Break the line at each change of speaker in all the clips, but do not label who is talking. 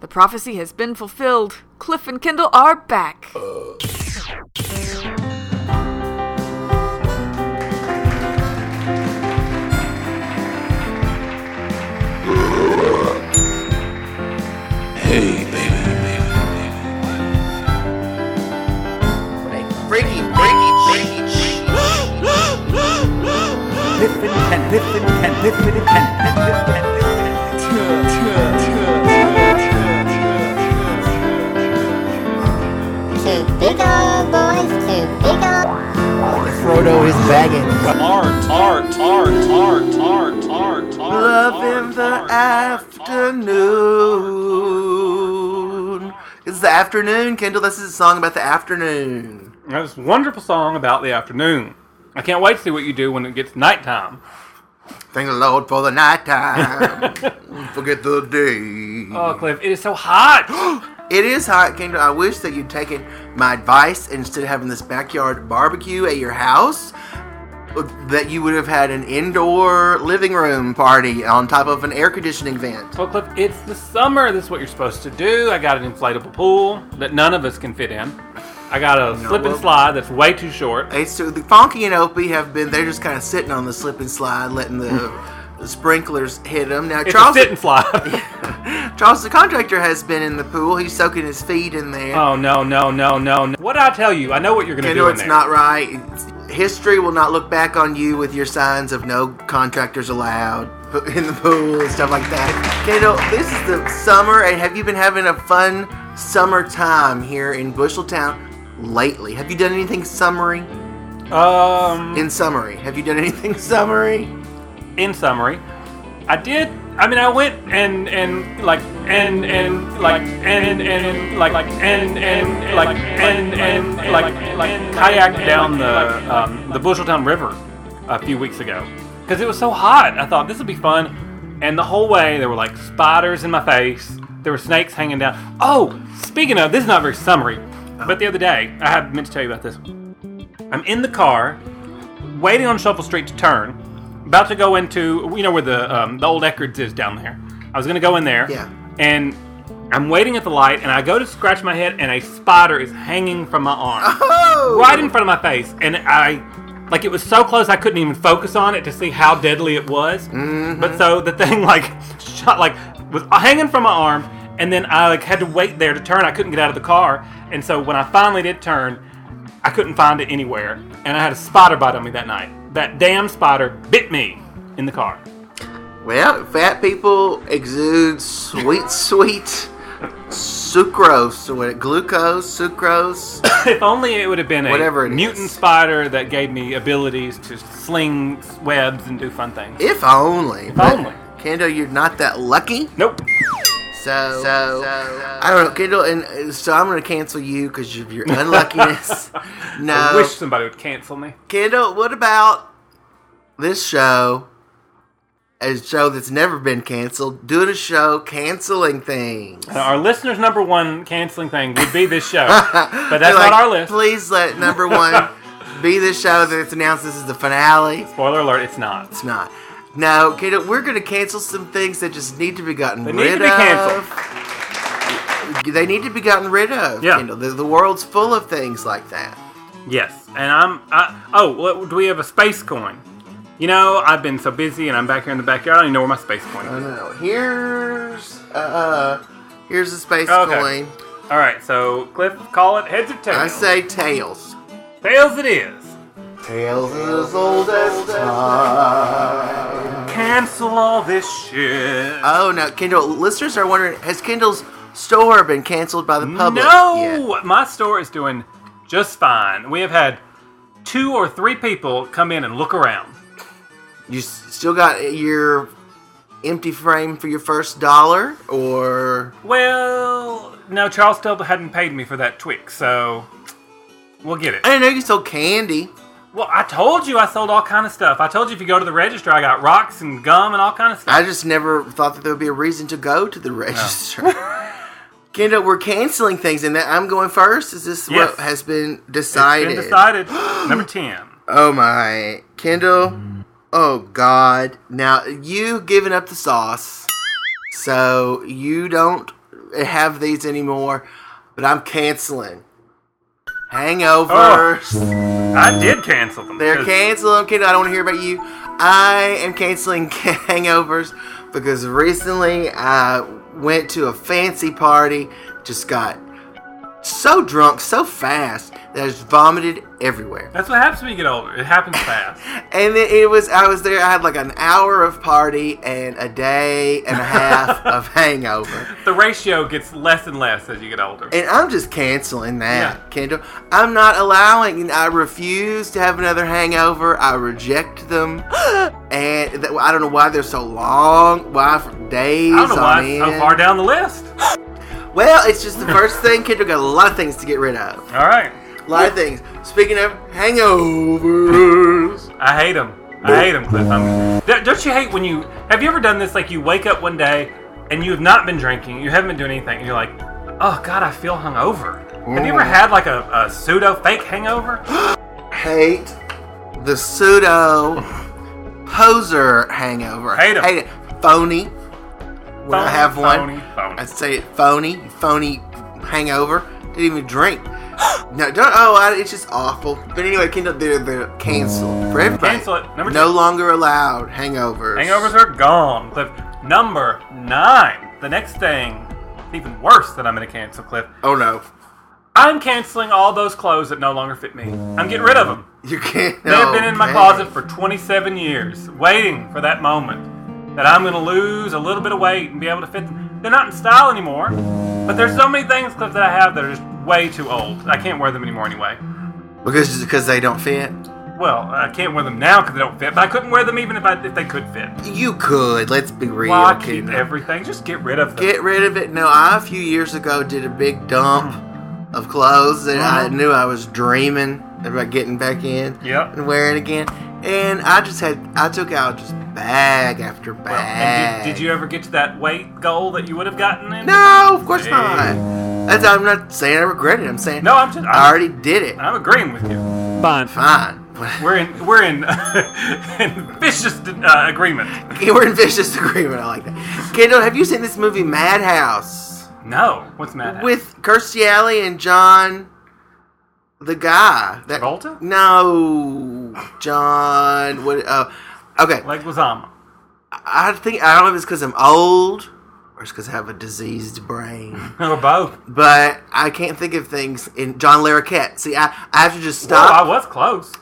The prophecy has been fulfilled. Cliff and Kendall are back.
Hey, baby.
Freaky, freaky, freaky,
Piffin pen, piffin pen, piffin pen, piffin pen,
Two big ol' boys, two big ol'.
Frodo is bagging.
Art, art, art, art, art, art, art.
Love in the afternoon. It's the afternoon, Kendall. This is a song about the afternoon.
That's a wonderful song about the afternoon. I can't wait to see what you do when it gets nighttime.
Thank the Lord for the nighttime. Forget the day.
Oh, Cliff, it is so hot.
It is hot, Kendall. I wish that you'd taken my advice and instead of having this backyard barbecue at your house, that you would have had an indoor living room party on top of an air conditioning vent.
well, Cliff, it's the summer. This is what you're supposed to do. I got an inflatable pool that none of us can fit in. I got a slip and
well-
slide that's way too short.
It's so the Fonky and Opie have been. They're just kind of sitting on the slip and slide, letting the sprinklers hit them. Now
It's
Charles,
a sit and slide.
Charles, the contractor, has been in the pool. He's soaking his feet in there.
oh no, no, no, no, no! What did I tell you? I know what you're gonna
You
do
know
in
it's
there.
not right. It's- history will not look back on you with your signs of no contractors allowed in the pool and stuff like that. Kato, this is the summer, and have you been having a fun summer time here in Busheltown lately? Have you done anything summery?
um,
In summary, have you done anything summery?
in summary, I did. I mean, I went and and like and and like and and like like and and like and and like like kayaked down the um, the Busheltown River a few weeks ago because it was so hot. I thought this would be fun, and the whole way there were like spiders in my face. There were snakes hanging down. Oh, speaking of, this is not very summary, but the other day I had meant to tell you about this. I'm in the car waiting on Shuffle Street to turn, about to go into you know where the um, the old Eckerd's is down there. I was gonna go in there,
Yeah.
and I'm waiting at the light, and I go to scratch my head, and a spider is hanging from my arm,
Oh!
right in front of my face, and I. Like it was so close, I couldn't even focus on it to see how deadly it was.
Mm-hmm.
But so the thing like shot like was hanging from my arm, and then I like had to wait there to turn. I couldn't get out of the car, and so when I finally did turn, I couldn't find it anywhere, and I had a spider bite on me that night. That damn spider bit me in the car.
Well, fat people exude sweet, sweet sucrose, what- glucose, sucrose.
if only it would have been a
Whatever it
mutant
is.
spider that gave me abilities to sling webs and do fun things.
If only. If
only.
Kendo, you're not that lucky.
Nope.
So, so, I don't know, Kendall, and uh, so I'm gonna cancel you because of your unluckiness.
I
no,
wish somebody would cancel me.
Kendall, what about this show? A show that's never been canceled, doing a show canceling things.
Now, our listeners' number one canceling thing would be this show, but that's
They're
not
like,
our list.
Please let number one be the show that's announced this is the finale.
Spoiler alert: it's not.
It's not. No, Kendall, we're gonna cancel some things that just need to be gotten
They
rid
need to be
of.
canceled.
They need to be gotten rid of.
Yeah.
Kendall. The, the world's full of things like that.
Yes, and I'm. I, oh, what, do we have a space coin? You know, I've been so busy, and I'm back here in the backyard. I don't even know where my space coin is.
I don't know. Here's uh, here's a space
Okay.
coin.
All right, so Cliff, call it heads or tails.
I say tails.
tails. It is.
Tails is as old as time.
Cancel all this shit.
Oh no, Kendall! Listeners are wondering: Has Kendall's store been canceled by the public? yet?
no, my store is doing just fine. We have had two or three people come in and look around.
You s- still got your empty frame for your first dollar, or
Well, no, Charles still hadn't paid me for that Twix, so we'll get it.
I didn't know you sold candy.
Well, I told you I sold all kind of stuff. I told you if you go to the register, I got rocks and gum and all kind of stuff.
I just never thought that there would be a reason to go to the register. Kendall, we're canceling things, and that I'm going first. Is this
Yes.
what has been
It's
decided?
been decided. Number ten.
Oh my, Kendall!
Mm.
Oh God! Now you giving up the sauce, so you don't have these anymore, but I'm canceling. Hangovers.
Oh. I did cancel them.
They're
'cause
cancel them, kid. I don't want to hear about you. I am canceling hangovers because recently I went to a fancy party, just got so drunk so fast that I just vomited everywhere.
That's what happens when you get older. It happens fast.
And it, it was I was there. I had like an hour of party and a day and a half of hangover.
the ratio gets less and less as you get older.
And I'm just canceling that,
Yeah.
Kendall. I'm not allowing. I refuse to have another hangover. I reject them, and th- I don't know why they're so long. Why for days
I don't know why
on
it's
end?
so far down the list.
Well, it's just the first thing. Kendall got a lot of things to get rid of.
All right.
A lot of things. Speaking of hangovers,
I hate them. I hate them, Cliff. I'm, Don't- don't you hate when you have you ever done this? Like you wake up one day and you have not been drinking, you haven't been doing anything, and you're like, oh god, I feel hungover. Have you ever had like a, a pseudo fake hangover?
hate the pseudo poser hangover.
Hate 'em.
Hate it. Phony. When I
Phony,
have one,
phony, phony.
I say it phony, phony hangover. Didn't even drink. no, don't. Oh, I, it's just awful. But anyway, Kindle, they're, they're canceled for everybody.
Cancel it. Number
no
two.
longer allowed hangovers.
Hangovers are gone, Cliff. Number nine. The next thing, even worse than I'm gonna cancel, Cliff.
Oh no,
I'm canceling all those clothes that no longer fit me. I'm getting rid of them.
you can't.
They have been
oh,
in my
man.
closet for 27 years, waiting for that moment that I'm going to lose a little bit of weight and be able to fit them. They're not in style anymore, but there's so many things, Cliff, that I have that are just way too old. I can't wear them anymore anyway.
because because they don't fit.
Well, I can't wear them now because they don't fit, but I couldn't wear them even if, I, if they could fit.
You could. Let's be real.
Why keep
Kendall.
everything? Just get rid of them.
get rid of it. No, I a few years ago did a big dump of clothes that I knew I was dreaming about getting back in
Mm-hmm. Yep.
and wearing again. And I just had I took out just bag after
Well, and
bag.
did, did you ever get to that weight goal that you would have gotten in?
No, of course
Hey.
not. That's I'm not saying I regret it. I'm saying
No, I'm just. I'm,
I already did it.
I'm agreeing with you.
Fine.
Fine.
We're in we're in, in vicious uh, agreement.
We're in vicious agreement. I like that. Kendall, have you seen this movie Madhouse
No. What's Madhouse?
with Kirstie Alley and John, the guy that
Travolta?
No, John. What? Uh, okay,
Like lasagna.
I think I don't know if it's because I'm old or it's because I have a diseased brain,
Or both.
but I can't think of things in John Larroquette. See, I, I have to just
Well, I
stop.
was close.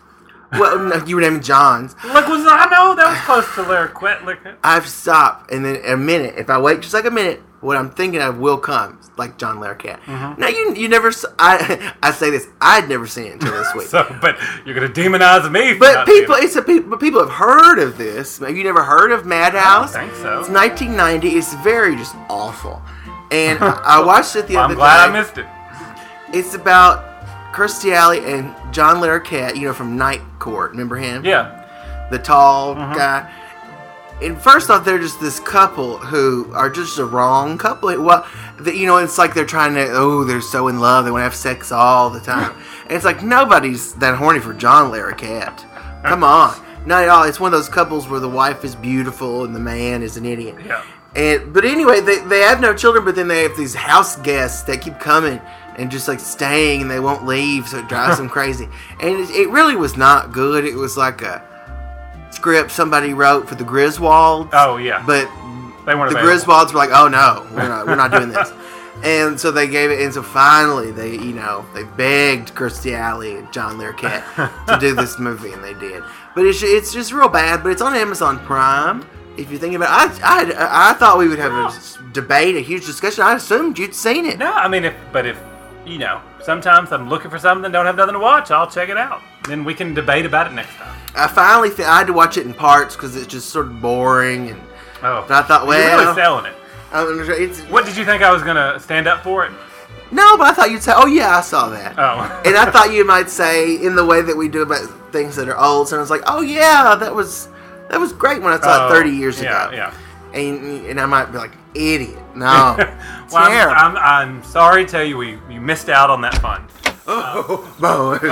well, no, you were naming Johns.
Like lasagna. No, that was close to Larquette. Like,
I have to stop, and then a minute. If I wait just like a minute, what I'm thinking of will come, like John Larroquette.
Mm-hmm.
Now you you never. s- I I say this. I'd never seen it until this week.
so, but you're gonna demonize me. For
But
not
people,
being-
it's a pe- but people have heard of this. Have you never heard of Madhouse?
I don't think so.
It's 1990. It's very just awful. And I I watched it the
Well,
other
I'm glad
day.
I missed it.
it's about Kirstie Alley and John Larroquette. You know from Night Court. Remember him?
Yeah.
The tall guy. And first off, they're just this couple who are just the wrong couple. It- Well, the, you know, it's like they're trying to. Oh, they're so in love. They want to have sex all the time. and it's like nobody's that horny for John Larroquette. Come on, not at all. It's one of those couples where the wife is beautiful and the man is an idiot.
Yeah.
And but anyway, they they have no children, but then they have these house guests that keep coming and just like staying, and they won't leave, so it drives them crazy. And it, it really was not good. It was like a script somebody wrote for the Griswolds.
Oh, yeah.
But
They weren't
the
available.
Griswolds were like, "Oh no, we're not, we're not doing this." And so they gave it, and so finally they, you know, they begged Kirstie Alley and John Larroquette to do this movie, and they did. But it's it's just real bad. But it's on Amazon Prime. If you're thinking about, it. I I, I thought we would have a s- debate, a huge discussion. I assumed you'd seen it.
No, I mean, if but if you know, sometimes I'm looking for something, don't have nothing to watch. I'll check it out. Then we can debate about it next time.
I finally th- I had to watch it in parts because it's just sort of boring, and
Oh,
But I thought,
you're
well-
really selling it.
I don't know, it's
What did you think I was gonna stand up for it?
no. But I thought you'd say, "Oh yeah, I saw that."
Oh,
and I thought you might say in the way that we do about things that are old. So I was like, oh yeah, that was that was great when I saw
Oh,
it 30 years
yeah,
ago.
Yeah.
And and I might be like, idiot. No,
Well,
terrible.
I'm, I'm, I'm sorry to tell you, we, you missed out on that fun.
Boys,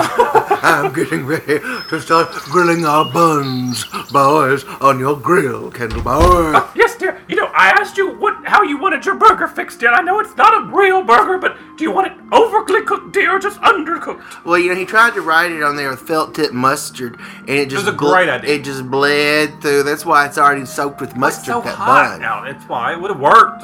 I'm getting ready to start grilling our buns, boys, on your grill, Kendall Boy.
Yes, dear. You know, I asked you what how you wanted your burger fixed, and I know it's not a real burger, but do you want it overly cooked, dear, or just undercooked?
Well, you know, he tried to write it on there with felt tip mustard, and it just
was a great idea.
It just bled through. That's why it's already soaked with mustard.
so
that
hot
bun.
now. That's why it would have worked.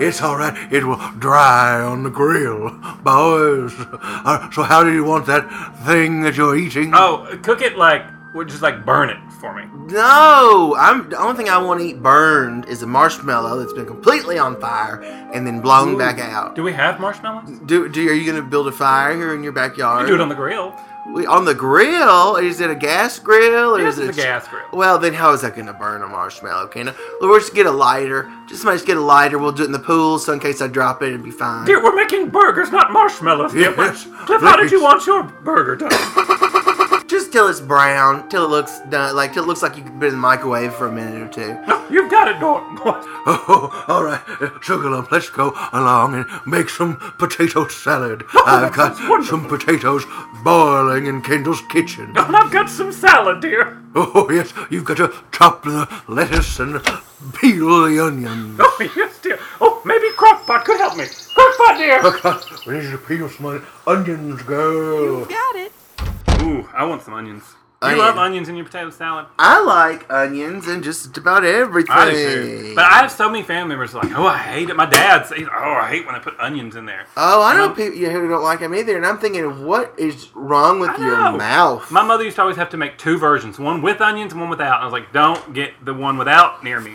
it's all right. It will dry on the grill, boys. Uh, so, how do you want that thing that you're eating?
oh, cook it like or just like burn it for me.
No, I'm the only thing I want to eat burned is a marshmallow that's been completely on fire and then blown back out.
Do we have marshmallows?
Do, do are you gonna build a fire here in your backyard?
Do it on the grill.
We- on the grill? Is it a gas grill? Or
It
is
is
it
a gas grill.
Well, then how is that going to burn a marshmallow? Can I? We'll just get a lighter. Just might just get a lighter. We'll do it in the pool, so in case I drop it, it'd be fine.
Dear, we're making burgers, not marshmallows. dear.
Yes,
Cliff, how did you
please.
want your burger done?
Just till it's brown, till it looks done, like till it looks like you've been in the microwave for a minute or two.
You've got it, Norton.
Oh, all right, Sugar Lump, let's go along and make some potato salad. I've got some potatoes boiling in Kendall's kitchen.
And I've got some salad, dear.
Oh, yes, you've got to chop the lettuce and peel the onion.
Oh, yes, dear. Oh, maybe Crockpot could help me. Crockpot, dear.
we need to peel some onions, girl.
Got it.
Ooh, I want some onions.
Onion.
You love onions in your potato salad?
I like onions and just about everything.
I do too. But I have so many family members who are like, oh, I hate it. My dad's, he's, oh, I hate when I put onions in there.
oh, I know people who don't like them either, and I'm thinking, what is wrong with
I
your
know.
mouth?
My mother used to always have to make two versions, one with onions and one without. And I was like, don't get the one without near me.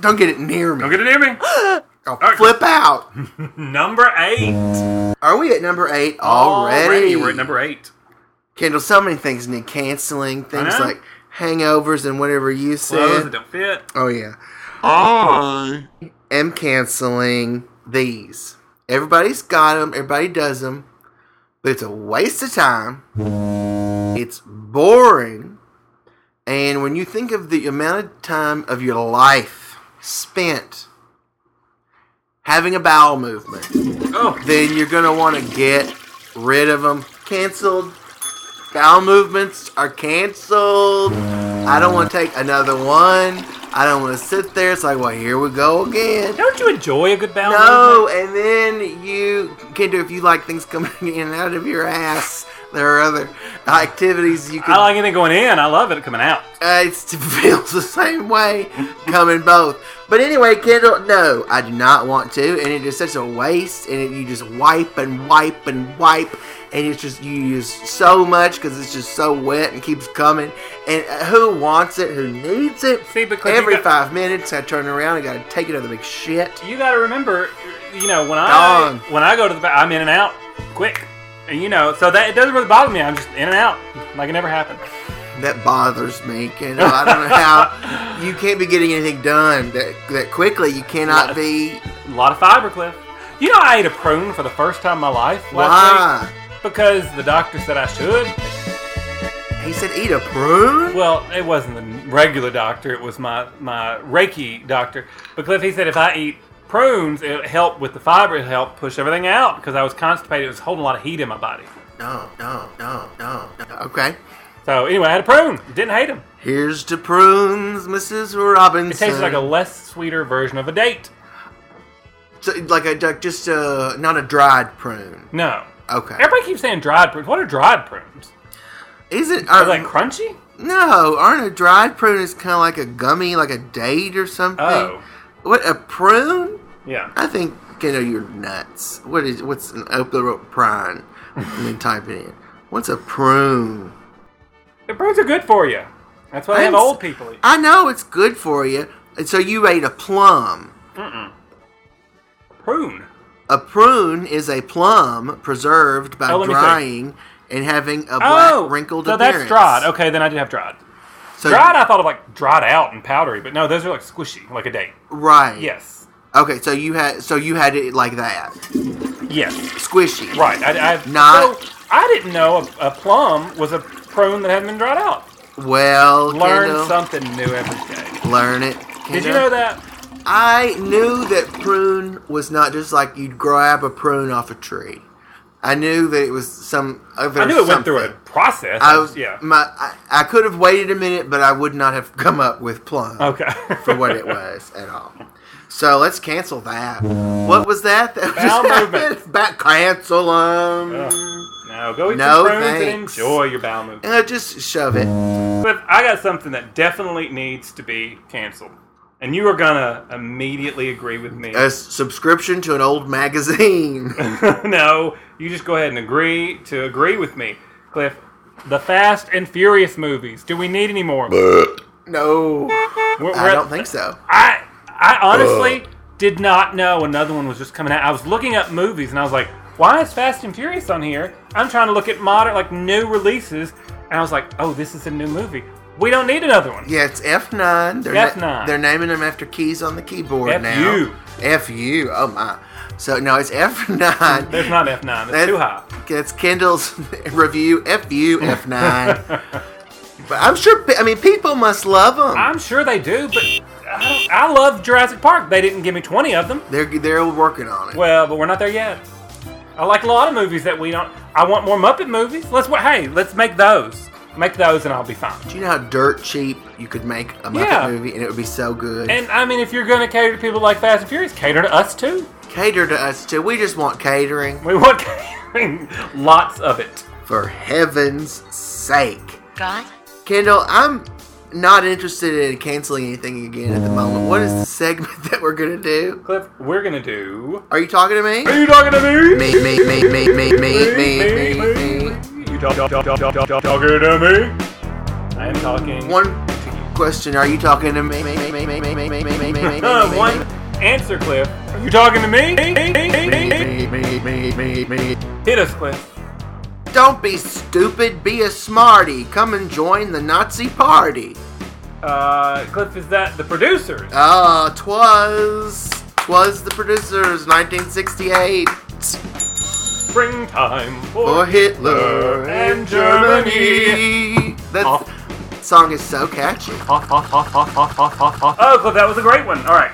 don't get it near me.
Don't get it near me.
I'll flip out.
Number eight.
Are we at number eight already?
We're at number eight.
Kendall, so many things need canceling. Things
know.
like hangovers and whatever you
Clothes that
said.
don't fit.
Oh yeah,
Oh.
am canceling these. Everybody's got them. Everybody does them, but it's a waste of time. It's boring, and when you think of the amount of time of your life spent having a bowel movement,
Oh,
then you're gonna want to get rid of them. Cancelled. Bowel movements are canceled. I don't want to take another one. I don't want to sit there. It's like, well, here we go again.
don't you enjoy a good bowel
No,
movement?
and then you can do if you like things coming in and out of your ass. There are other activities you can.
I like anything going in. I love it coming out.
Uh, it's- it feels the same way coming both. But anyway, Kendall, no, I do not want to, and it is such a waste. And it, you just wipe and wipe and wipe, and it's just you use so much because it's just so wet and keeps coming. And uh, who wants it? Who needs it?
See, because you
every
got-
five minutes, I turn around and gotta take another big shit.
you got to remember, you know, when I
Gone.
when I go to the ba- I'm in and out quick, and you know, so that it doesn't really bother me. I'm just in and out, like it never happened.
That bothers me, Kendall. I don't know how you can't be getting anything done that that quickly. You cannot be.
A lot of fiber, Cliff. You know, I ate a prune for the first time in my life last
Why?
week because the doctor said I should.
He said, "Eat a prune."
Well, it wasn't the regular doctor; it was my my Reiki doctor. But Cliff, he said if I eat prunes, it'll help with the fiber, it'll help push everything out because I was constipated. It was holding a lot of heat in my body.
No, no, no, no, no. Okay.
So anyway, I had a prune. Didn't hate him.
Here's to prunes, Mrs. Robinson.
It tasted like a less sweeter version of a date.
So, like a like just a not a dried prune.
No.
Okay.
Everybody keeps saying dried prunes. What are dried prunes?
Is it?
Are
Are,
they like crunchy?
no, aren't a dried prune is kind of like a gummy, like a date or something?
Oh.
What a prune?
Yeah.
I think Kendall, you're nuts. What is what's an open rope prune? and then type it in. What's a prune?
The prunes are good for you. That's why they have
I'm s-
old people eat.
I know it's good for you. And so you ate a plum.
Prune.
A prune is a plum preserved by
Oh, let me see.
drying and having a black
Oh,
wrinkled
so
appearance.
that's dried. Okay, then I did have dried.
So,
Dried, I thought of like dried out and powdery, but no, those are like squishy, like a date.
Right.
Yes,
Okay. So you had so you had it like that,
yes,
squishy.
right. I, I
Not-
So I didn't know a, a plum was a prune that hadn't been dried out.
Well,
Learn
Kendall,
something new every day.
Learn it.
Did
Kendall.
you know that?
I knew that prune was not just like you'd grab a prune off a tree. I knew that it was some other.
I knew it went through a
something.
process.
I was
yeah.
My I, I could have waited a minute, but I would not have come up with plum
okay.
for what it was at all. So let's cancel that. What was that? that
Bowel
just
movement.
happened? Back cancel 'em.
No, go eat
No,
some prunes and
thanks.
enjoy your bowel movement.
And I just shove it.
But I got something that definitely needs to be canceled. And you are gonna immediately agree with me.
A s- subscription to an old magazine.
no, you just go ahead and agree to agree with me, Cliff. The Fast and Furious movies. Do we need any more? We're-
no,
we're
I
at-
don't think so.
I I honestly did not know another one was just coming out. I was looking up movies and I was like, why is Fast and Furious on here? I'm trying to look at modern like new releases, and I was like, oh, this is a new movie. We don't need another one.
Yeah, it's F nine. They're
F9.
they're naming them after keys on the keyboard
F
now.
you.
F U. Oh my. So no, it's F nine.
There's not F9. That's
That-
too high.
That's Kendall's review. F U. F nine. But I'm sure. pe- I mean, people must love them.
I'm sure they do, but I, don't, I love Jurassic Park. They didn't give me 20 of them.
They're they're working on it.
Well, but we're not there yet. I like a lot of movies that we don't. I want more Muppet movies. Let's wa- hey, let's make those. Make those, and I'll be fine.
Do you know how dirt cheap you could make a Muppet
Yeah.
movie, and it would be so good?
And I mean, if you're gonna cater to people like Fast and Furious, cater to us too.
Cater to us too. We just want catering
We want catering, lots of it.
for heaven's sake.
God.
Kendall, I'm not interested in canceling anything again at the moment. What is the segment that we're gonna do?
Cliff, we're gonna do.
Are you talking to me?
Are you talking to me?
Me, me, me, me, me, me, me, me, me.
You talk, talk, talk, talk, talk, talk, talking to me? I am talking.
One question: Are you talking to me? me, me, me, me, me, me, me, me, me, me, me,
Uh,
me,
one answer, Cliff. Are you talking to me?
me, me, me, me, me, me?
Hit us, Cliff.
Don't be stupid. Be a smarty. Come and join the Nazi party.
Uh, Cliff, is that the producers?
Ah, twas, twas the producers, 1968,
Springtime
for
for
Hitler
and Germany.
That
Off.
song is so catchy.
Oh, Cliff, that was a great one. All right,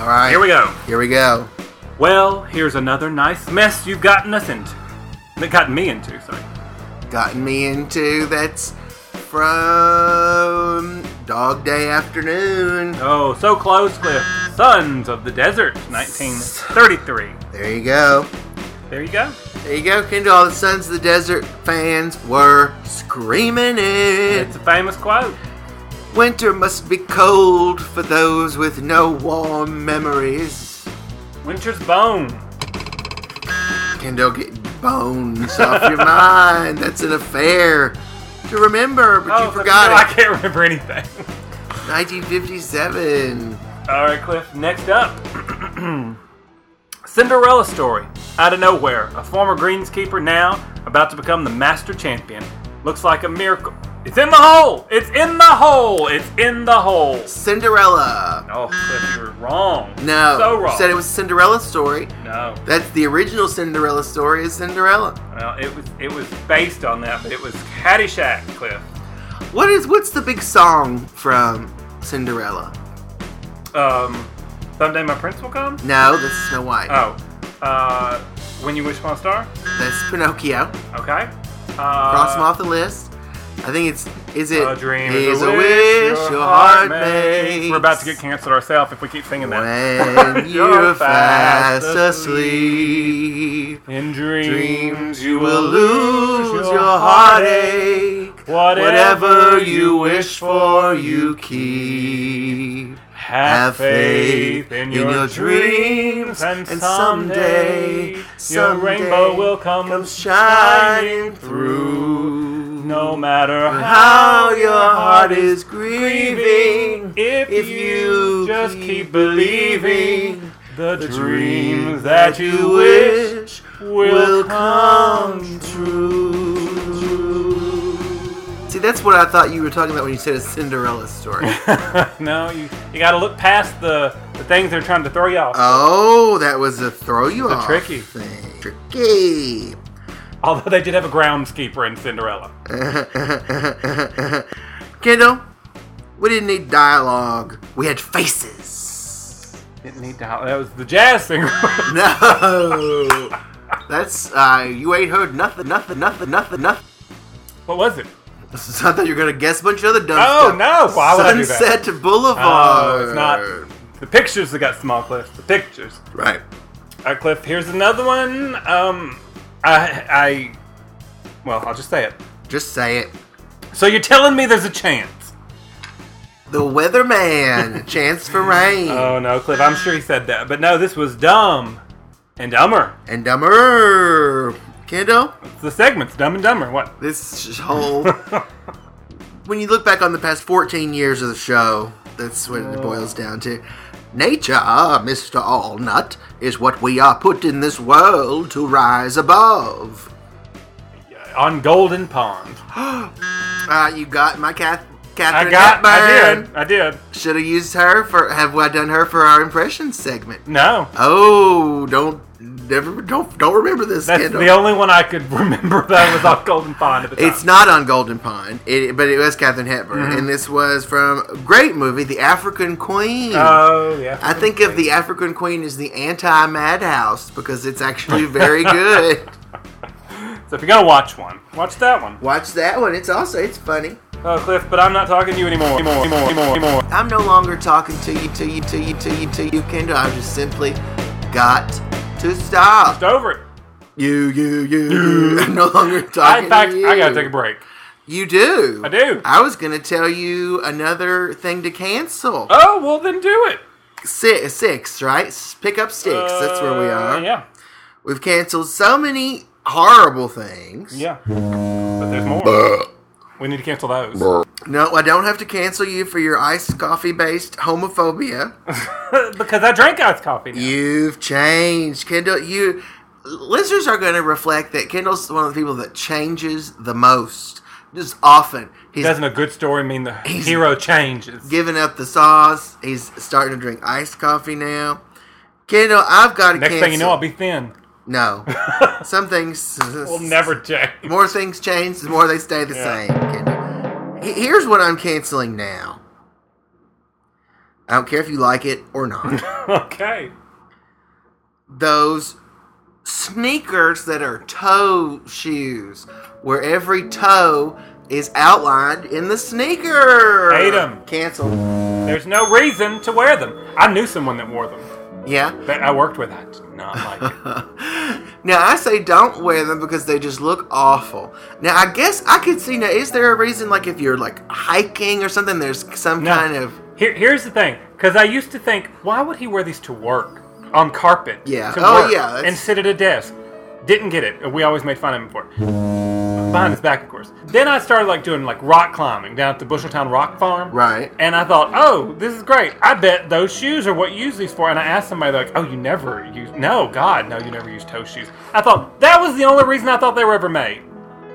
All right,
here we go.
Here we go.
Well, here's another nice mess you've gotten us into. That gotten me into, sorry.
Gotten me into that's from Dog Day Afternoon.
Oh, so close, Cliff. Sons of the Desert, 1933.
There you go.
There you go.
There you go, Kendall. All the Sons of the Desert fans were screaming it.
It's a famous quote.
Winter must be cold for those with no warm memories.
Winter's Bone.
Kendall, get bones off your mind. That's an affair to remember, but you
Cliff,
forgot
Oh, no,
it.
I can't remember anything.
1957.
All right, Cliff. Next up, Cinderella story. Out of nowhere, a former greenskeeper now about to become the master champion. Looks like a miracle. It's in the hole. It's in the hole. It's in the hole.
Cinderella.
Oh, Cliff, you're wrong.
No.
so wrong.
Said it was Cinderella's story.
no.
That's the original Cinderella story is Cinderella.
Well, it was it was based on that, but it was Caddyshack, Cliff.
What is what's the big song from Cinderella?
Um, someday my prince will come.
No, that's Snow White.
Oh, uh, when you wish upon a star.
That's Pinocchio.
Okay. Uh,
Cross them off the list. I think it's is it
A dream
is,
a, wish, your heart makes. We're about to get canceled ourselves if we keep singing that.
when you're
You're
fast
fast
asleep.
In dreams,
Dreams you will lose your heartache. Whatever you wish for, you keep. Have faith in your dreams,
and
and someday,
someday your
someday
rainbow will come,
Come
shining
shining
through.
through.
No matter
How your heart is grieving
grieving if, you just keep believing the dreams that you wish will come
true. See, that's what I thought you were talking about when you said a Cinderella story.
no you, you got to look past the, the things they're trying to throw you off
oh, that was a throw you
a
off.
tricky.
thing. Tricky.
although they did have a groundskeeper in cinderella
Kendall, we didn't need dialogue. We had faces.
didn't need to holler. that was the jazz singer
No. That's uh, you ain't heard nothing, nothing, nothing, nothing, nothing.
What was it?
So I thought you were gonna guess a bunch of other dumb
Oh,
stuff.
no. Why would I do that?
Sunset Boulevard.
Oh, it's not. The pictures that got small, Cliff. The pictures.
Right.
All right, Cliff. Here's another one. Um, I, I, well, I'll just say it.
Just say it.
So you're telling me there's a chance?
The Weatherman. Chance for rain.
Oh no, Cliff. I'm sure he said that, but no, this was dumb and dumber.
and dumber. Kendall,
The segment's dumb and dumber. What?
this whole. when you look back on the past 14 years of the show, that's what it boils down to. Nature, Mr. Allnut, is what we are put in this world to rise above.
On Golden Pond.
Uh, you got my Kath- Catherine
I got. I
Hepburn.
did. I did.
Should have used her for. Have I done her for our impressions segment?
No.
Oh, don't never don't don't remember this.
That's
Kendall.
the only one I could remember that was on Golden Pond at the time.
It's not on Golden Pond, it, but it was Catherine Hepburn,
Mm-hmm.
and this was from a great movie, The African Queen.
Oh yeah.
I think of The African Queen as the anti-Madhouse because it's actually very good.
So if you're gonna watch one, watch that one.
Watch that one; it's also it's funny.
Oh, Cliff, but I'm not talking to you anymore. Anymore. Anymore. Anymore. anymore.
I'm no longer talking to you, to you, to you, to you, to you, Kendall. I've just simply got to stop.
It's over it.
You, you, you. you. I'm no longer
I,
talking.
in fact,
to you.
I gotta take a break.
You do.
I do.
I was gonna tell you another thing to cancel.
Oh well, then do it.
six, six, right? S- Pick up sticks. That's where we
Uh,
are.
yeah,
We've canceled so many horrible things.
yeah. But there's more. we need to cancel those.
No, I don't have to cancel you for your iced coffee based homophobia.
because I drank iced coffee. Now.
You've changed, Kendall. You listeners are going to reflect that Kendall's one of the people that changes the most, just often. He's
Doesn't a good story mean the hero changes?
giving up the sauce. He's starting to drink iced coffee now. Kendall, I've got to
Next
cancel.
thing you know, I'll be thin.
no. Some things
We'll never change.
The more things change, the more they stay the
Yeah.
same. Kendall. He- Here's what I'm canceling now. I don't care if you like it or not.
okay.
Those sneakers that are toe shoes, where every toe is outlined in the sneaker.
Hate 'em.
Cancel.
There's no reason to wear them. I knew someone that wore them.
Yeah.
That I worked with. I did not like it.
Now I say don't wear them because they just look awful. Now I guess I could see. Now is there a reason, like if you're like hiking or something, there's some
No.
kind of
Here, here's the thing, because I used to think, why would he wear these to work on carpet?
Yeah.
to
Oh,
work
yeah, that's-
and sit at a desk. Didn't get it. We always made fun of him for it. Behind his back, of course. Then I started like doing like rock climbing down at the Busheltown Rock Farm.
Right.
And I thought, oh, this is great. I bet those shoes are what you use these for. And I asked somebody like, oh, you never use? No, God, no, you never use toe shoes. I thought that was the only reason I thought they were ever made.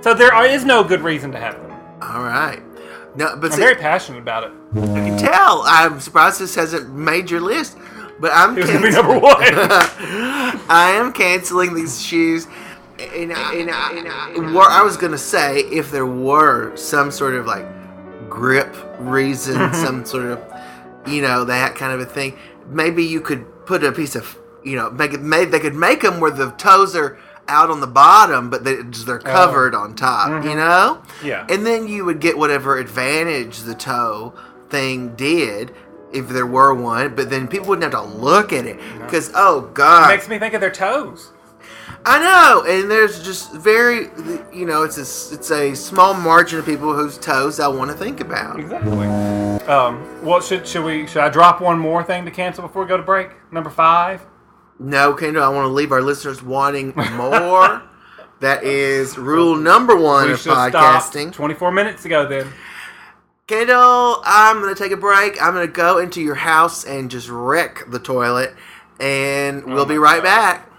So there are- is no good reason to have them.
all right. No, but
I'm
see,
very passionate about it.
I can tell. I'm surprised this hasn't made your list, but I'm
It was gonna be
canceling-
number one.
I am canceling these shoes. And, I, and, I, and I- what I was gonna say, if there were some sort of like grip reason, some sort of you know that kind of a thing, maybe you could put a piece of you know make it made they could make them where the toes are out on the bottom, but they, they're covered on top. You know,
Yeah.
and then you would get whatever advantage the toe thing did. If there were one, but then people wouldn't have to look at it because oh god,
makes me think of their toes.
I know, and there's just very, you know, it's a it's a small margin of people whose toes I want to think about.
Exactly. Um, well, should should we should I drop one more thing to cancel before we go to break? Number five.
No, Kendall, I want to leave our listeners wanting more. that is rule number one
We
of
should have stopped
podcasting.
24 minutes ago. Then
Kendall, I'm gonna take a break. I'm gonna go into your house and just wreck the toilet, and we'll be right back.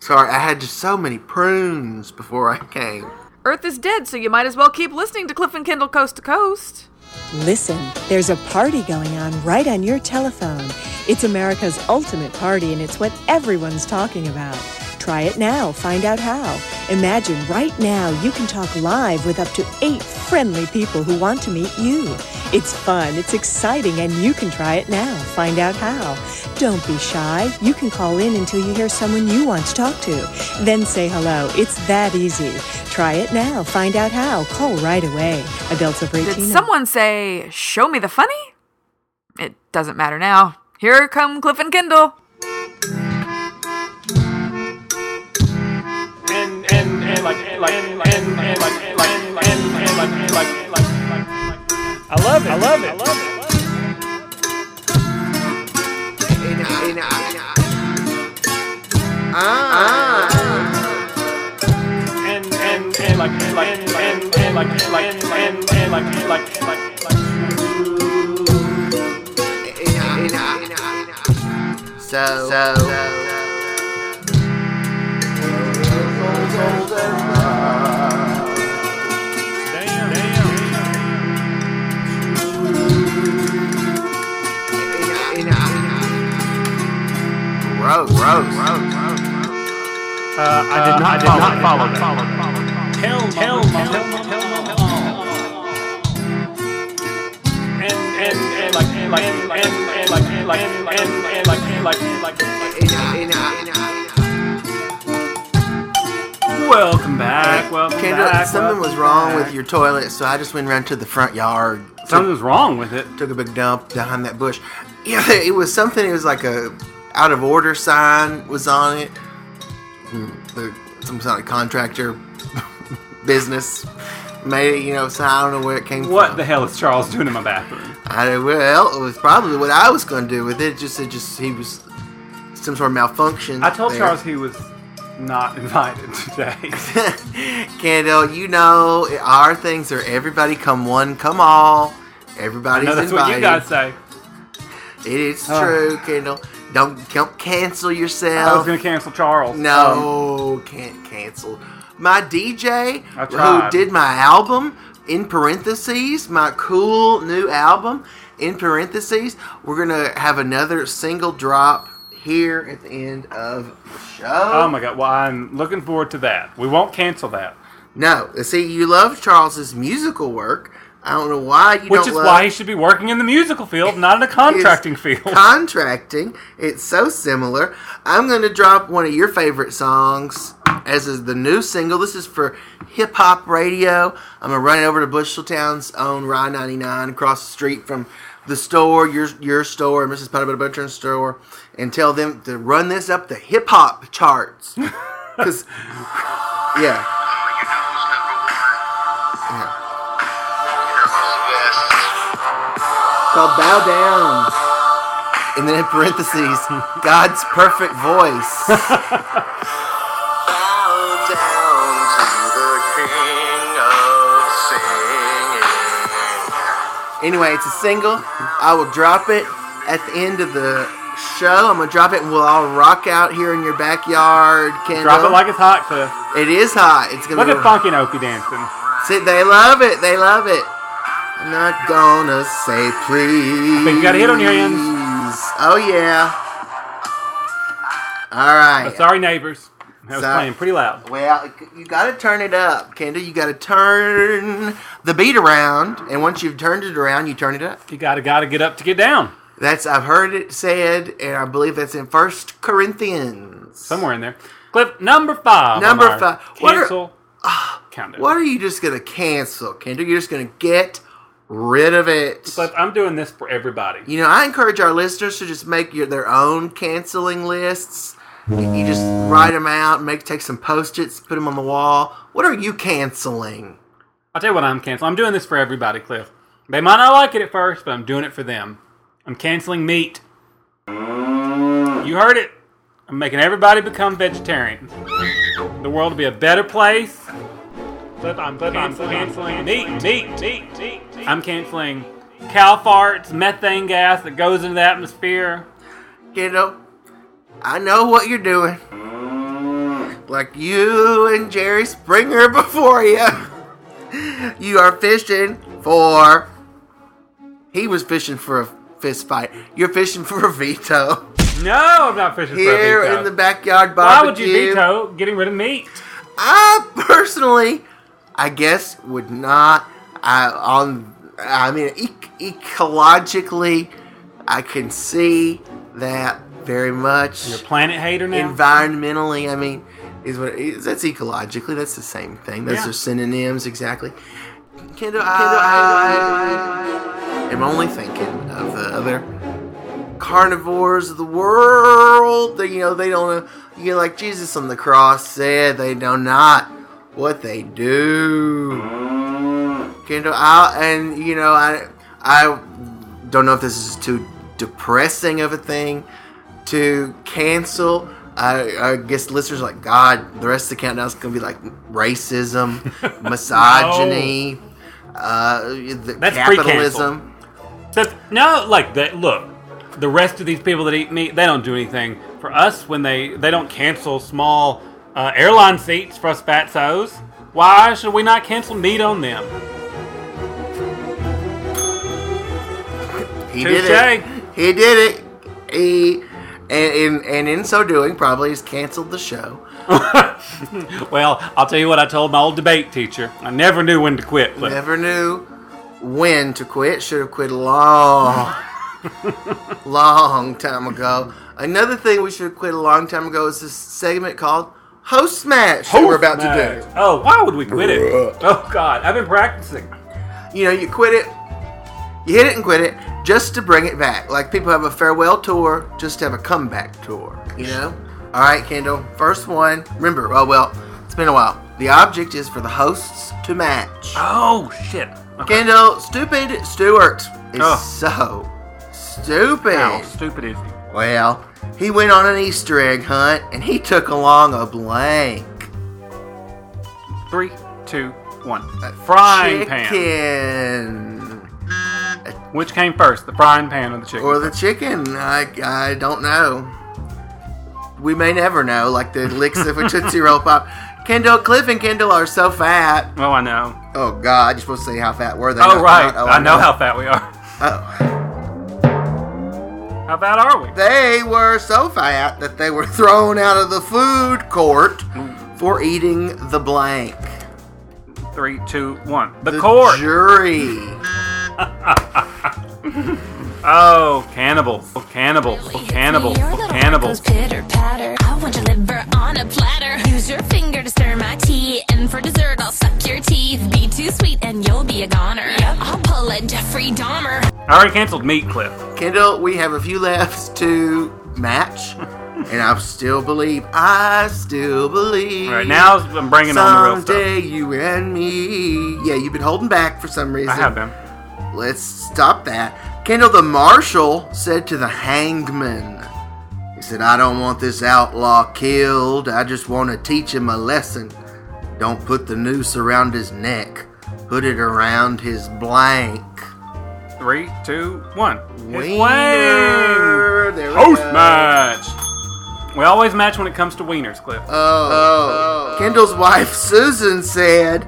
Sorry, I had just so many prunes before I came.
Earth is dead, so you might as well keep listening to Cliff and Kendall Coast to Coast.
Listen, there's a party going on right on your telephone. It's America's ultimate party, and it's what everyone's talking about. Try it now. Find out how. Imagine right now you can talk live with up to eight friendly people who want to meet you. It's fun, it's exciting, and you can try it now. Find out how. Don't be shy. You can call in until you hear someone you want to talk to. Then say hello. It's that easy. Try it now. Find out how. Call right away. Adults over 18.
Did
and-
someone say, Show me the funny? It doesn't matter now. Here come Cliff and Kendall.
and and and like and like and like and like and like and like and like and like and like and like
I love it. I love it. I love it.
Ah.
and and and like and like and and and like and like and and and like and like and like and like
So, so.
Damn. Damn.
Gross. Gross.
Uh, I did not, follow, not follow that.
Tell mama, tell mama, tell mama, tell mama all. And and and like and like and like and like and like and like and like and like and like and like
Welcome back. Welcome
Kendall,
back.
something was wrong with your toilet, so I just went around to the front yard,
Something was wrong with it.
took a big dump behind that bush. Yeah, it was something. It was like a out of order sign was on it. Hmm, the- Some sort of contractor business made it. You know, so I don't know where it came
What
from.
the hell is Charles doing in my bathroom?
I, well, it was probably what I was going to do with it. Just it just he was some sort of malfunction.
I told
there.
Charles he was not invited today.
Kendall, you know our things are everybody come one, come all.
I
Everybody's
know that's
invited.
what you guys say.
It is
Huh.
true, Kendall. Don't don't cancel
I was
yourself.
going to cancel Charles. Um,
No, can't cancel. My DJ
I
who
tried.
did my album in parentheses, my cool new album in parentheses. We're gonna have another single drop here at the end of the show.
oh my god. Well, I'm looking forward to that. We won't cancel that,
no, see, you love Charles's musical work. I don't know why you
which
don't
is
love
why he should be working in the musical field, not in the
is
contracting field.
Contracting. It's so similar. I'm going to drop one of your favorite songs as is the new single. This is for hip hop radio. I'm going to run it over to Busheltown's own Rye 99 across the street from the store, your your store, Mrs. Potabata Butcher's store, and tell them to run this up the hip hop charts. 'Cause- yeah. Yeah. called Bow Down. And then in parentheses, God's perfect voice. Bow down to the king of singing. Anyway, it's a single. I will drop it at the end of the show. I'm going to drop it and we'll all rock out here in your backyard. Kendall.
Drop it like it's hot, Cliff.
it is hot. It's going to
Look
be
at Funky and Okie dancing.
See, they love it. They love it. I'm not gonna say please.
But you gotta hit on your hands.
Oh yeah. All right.
Sorry, neighbors. That was
Sorry.
playing pretty loud.
Well, you gotta turn it up, Kendall. You gotta turn the beat around, and once you've turned it around, you turn it up.
You gotta gotta get up to get down.
That's I've heard it said, and I believe that's in First Corinthians.
Somewhere in there. Cliff number five. on
Number
our
five. What are- Ah,
Cancel. countdown.
What are you just gonna cancel, Kendall? You're just gonna get rid of it.
Cliff, I'm doing this for everybody.
You know, I encourage our listeners to just make your, their own canceling lists. You you just write them out, make take some post its, put them on the wall. What are you canceling?
I'll tell you what I'm canceling. I'm doing this for everybody, Cliff. They might not like it at first, but I'm doing it for them. I'm canceling meat. You heard it. I'm making everybody become vegetarian. The world will be a better place. Cliff, I'm, Cliff, I'm canceling meat, meat, meat, meat. I'm canceling cow farts, methane gas that goes into the atmosphere.
Kiddo, I know what you're doing. Like you and Jerry Springer before you. You are fishing for. He was fishing for a fist fight. You're fishing for a veto.
No, I'm not fishing
Here
for a veto.
in the backyard
Why
barbecue.
would you veto getting rid of meat?
I personally, I guess, would not. I on. I mean, ec- ecologically, I can see that very much.
You're a planet hater now.
Environmentally, I mean, is what is, that's ecologically. That's the same thing. Those
Yeah.
are synonyms exactly. Kendall, I, am only thinking of the other carnivores of the world. That you know they don't. You know, like Jesus on the cross said, they know not what they do. Kendall, I and you know I I don't know if this is too depressing of a thing to cancel. I, I guess listeners are like God. The rest of the countdown's gonna be like racism, misogyny, uh, the
That's
capitalism.
That's, no, like that. Look, the rest of these people that eat meat, they don't do anything for us when they they don't cancel small uh, airline seats for us fatsos. Why should we not cancel meat on them?
He did it. He did it. He and, and and in so doing, probably has canceled the show.
Well, I'll tell you what I told my old debate teacher. I never knew when to quit. But
Never knew when to quit. Should have quit a long, long time ago. Another thing we should have quit a long time ago is this segment called Host Smash that we're about to do.
Oh, why would we quit it? Oh God, I've been practicing.
you know, you quit it, you hit it and quit it just to bring it back. Like people have a farewell tour, just have a comeback tour, you know? All right, Kendall, first one. Remember, oh, well, it's been a while. The object is for the hosts to match.
Oh shit. Okay.
Kendall, stupid Stewart is
Oh.
so stupid.
How stupid is he?
Well, he went on an Easter egg hunt and he took along a blank
Three, two, one. Frying pan.
chicken.
Which came first, the frying pan or the chicken?
Or the chicken. I, I don't know. We may never know, like the licks of a Tootsie Roll Pop. Kendall, Cliff, and Kendall are so fat.
oh, I know.
Oh, God. You're supposed to say how fat were they.
Oh
not-
right,
not, oh,
I know how fat we are.
Oh.
How fat are we?
They were so fat that they were thrown out of the food court for eating the blank.
Three, two, one. The, court.
Jury.
oh, cannibals! Oh, cannibals! Oh, cannibals! Oh, cannibals!
Pitter patter. I want your liver on a platter. Use your finger to stir my tea, and for dessert I'll suck your teeth. Be too sweet and you'll be a goner. I'll pull a Jeffrey Dahmer.
I already canceled meat clip.
Kendall, we have a few left to match. And I still believe, I still believe.
All right now, I'm bringing on the real stuff.
Someday you and me. Yeah, you've been holding back for some reason.
I have been.
Let's stop that. Kendall the Marshal said to the hangman, He said, I don't want this outlaw killed. I just want to teach him a lesson. Don't put the noose around his neck, put it around his blank.
Three, two, one. It's Wayne.
Wiener. There we
Post
go.
match. We always match when it comes to wieners, Cliff.
Uh, Oh. Kendall's wife Susan said,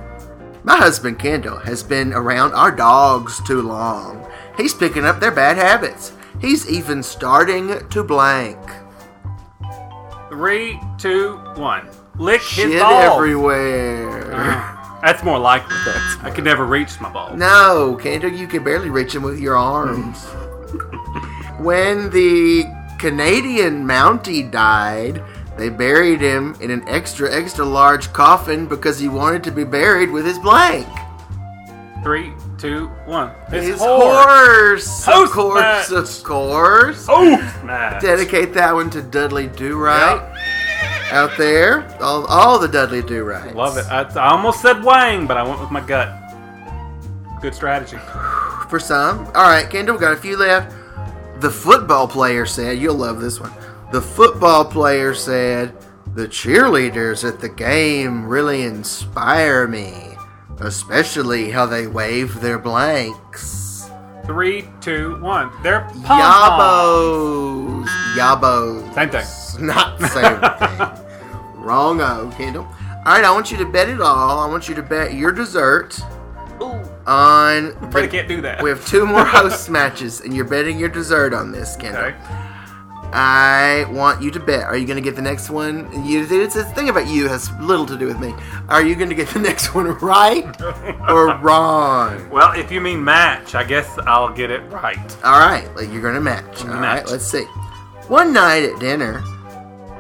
My husband Kendall has been around our dogs too long. He's picking up their bad habits. He's even starting to blank.
Three, two, one. Lick his
Shit
balls.
everywhere.
That's more likely. I could never reach my balls.
No, Kendall, you can barely reach him with your arms. when the Canadian Mountie died, they buried him in an extra, extra large coffin because he wanted to be buried with his blank.
Three, two, one. It's
His
whore.
horse, of
Host
course,
match.
of course.
Oh, match.
Dedicate that one to Dudley Do Right out there. All, all the Dudley Do Right.
Love it. I, I almost said Wang, but I went with my gut. Good strategy.
for some. All right, Kendall, we got a few left. The football player said, "You'll love this one." The football player said, "The cheerleaders at the game really inspire me, especially how they wave their blanks."
Three, two, one. They're pom-poms.
Yabos. Yabos.
Same thing.
Not the same thing. Wrong O, Kendall. All right, I want you to bet it all. I want you to bet your dessert. on. the-
Freddie can't do that.
We have two more host matches, and you're betting your dessert on this, Kendall.
Okay.
I want you to bet. Are you going to get the next one? You, it's the thing about you has little to do with me. Are you going to get the next one right or wrong?
Well, if you mean match, I guess I'll get it right.
All right, like you're going to match. All right,
Match.
let's see. One night at dinner,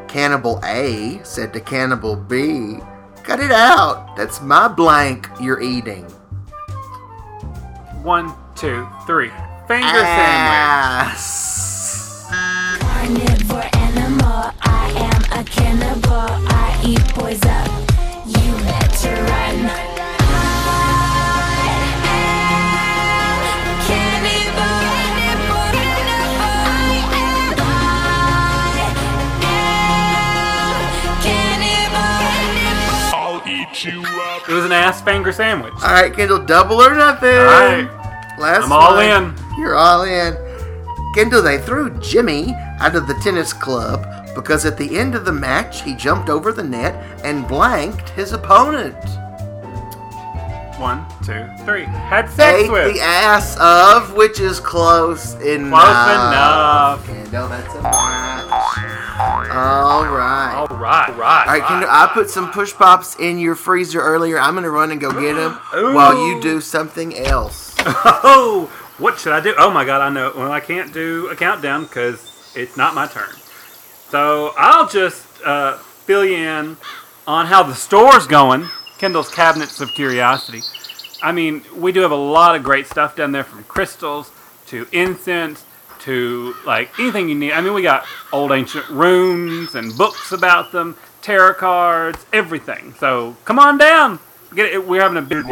Cannibal A said to Cannibal B, "Cut it out. That's my blank you're eating."
One, two, three. Finger
Ah.
sandwich.
Ass.
Carnivore animal, I am a cannibal. I eat boys up. You better run. I am cannibal. I am cannibal.
I'll eat you up.
It was an ass finger sandwich.
All right, Kendall, double or nothing.
All right.
Last
I'm all
one.
in.
You're all in. Kendall, they threw Jimmy out of the tennis club because at the end of the match he jumped over the net and blanked his opponent.
One, two, three. Had sex
Ate
with.
the ass of, which is close enough.
enough.
Kendall, that's a match. All right.
All right. All right.
All right, Kendall, I put some push pops in your freezer earlier. I'm going to run and go get them while you do something else.
Oh, what should I do? Oh my god, I know. Well, I can't do a countdown because it's not my turn. So I'll just uh, fill you in on how the store's going. Kendall's Cabinets of Curiosity. I mean, we do have a lot of great stuff down there from crystals to incense to like anything you need. I mean, we got old ancient runes and books about them, tarot cards, everything. So come on down. Get it. We're having a big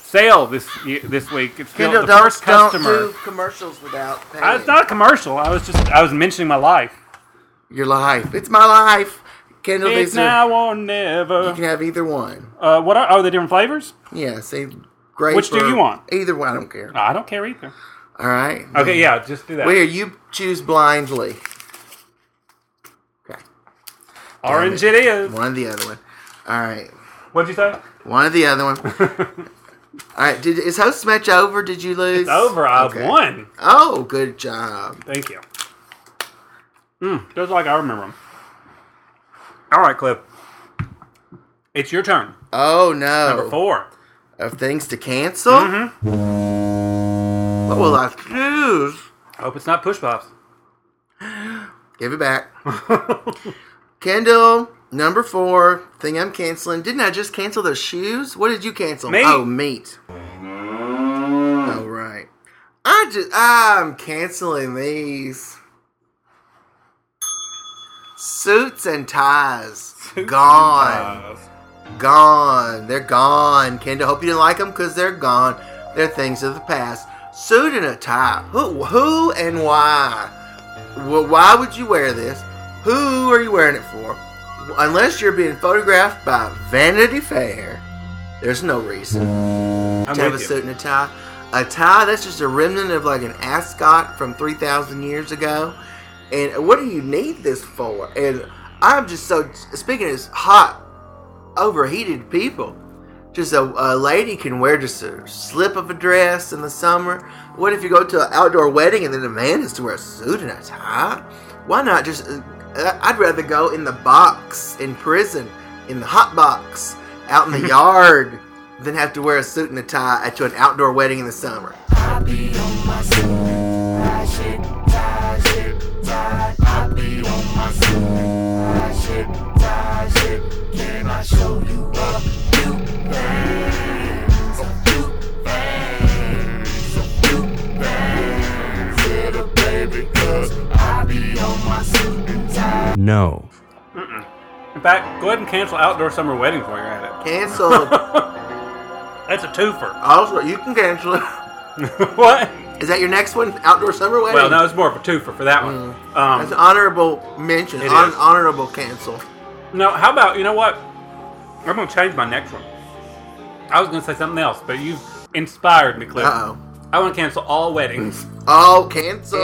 sale this ye- this week. It's still
Kendall,
the
don't,
first
don't
customer.
do commercials without paying.
I, it's not a commercial. I was just I was mentioning my life.
Your life. It's my life. Kendall,
It's
these are,
now or
you
never.
can have either one.
Uh, what are, are the different flavors?
Yeah, see, grape.
Which do
or-
you want?
Either one. I don't care.
I don't care either.
All right.
Okay, yeah, just do that.
Where you choose blindly. Okay.
Orange it is.
One of the other one. All right.
What'd you say?
One of the other one. All right. Did is host match over? Did you lose?
It's over. I
Okay.
won.
Oh, good job.
Thank you. Mm, just like I remember 'em. All right, Cliff. It's your turn.
Oh no.
Number four.
Of things to cancel.
Mm-hmm.
What will I choose?
I hope it's not push pops.
Give it back. Kendall, number four, thing I'm canceling. Didn't I just cancel those shoes? What did you cancel?
Meat.
Oh, meat. All right. I just I'm canceling these. Suits and ties. gone. Gone. They're gone. Kendall, hope you didn't like them because they're gone. They're things of the past. Suit and a tie. Who, who and why? Well, why would you wear this? Who are you wearing it for? Unless you're being photographed by Vanity Fair, there's no reason
I'm
to have a
with you.
suit and a tie. A tie, that's just a remnant of like an ascot from 3,000 years ago. And what do you need this for? And I'm just so, speaking as hot, overheated people, just a, a lady can wear just a slip of a dress in the summer. What if you go to an outdoor wedding and then the man is to wear a suit and a tie? Why not just? uh, I'd rather go in the box in prison, in the hot box, out in the yard, than have to wear a suit and a tie to an outdoor wedding in the summer.
No.
In fact, go ahead and cancel outdoor summer wedding while you're at it.
Cancel.
That's a twofer.
also, you can cancel. it.
what?
Is that your next one? Outdoor summer wedding.
Well, no, it's more of a twofer for that one.
Mm. That's an
Um,
honorable mention.
It
Hon-
is.
honorable cancel.
no, how about you know what? I'm gonna change my next one. I was gonna say something else, but you've inspired me, Cliff.
Uh oh.
I want to cancel all weddings.
Oh, cancel.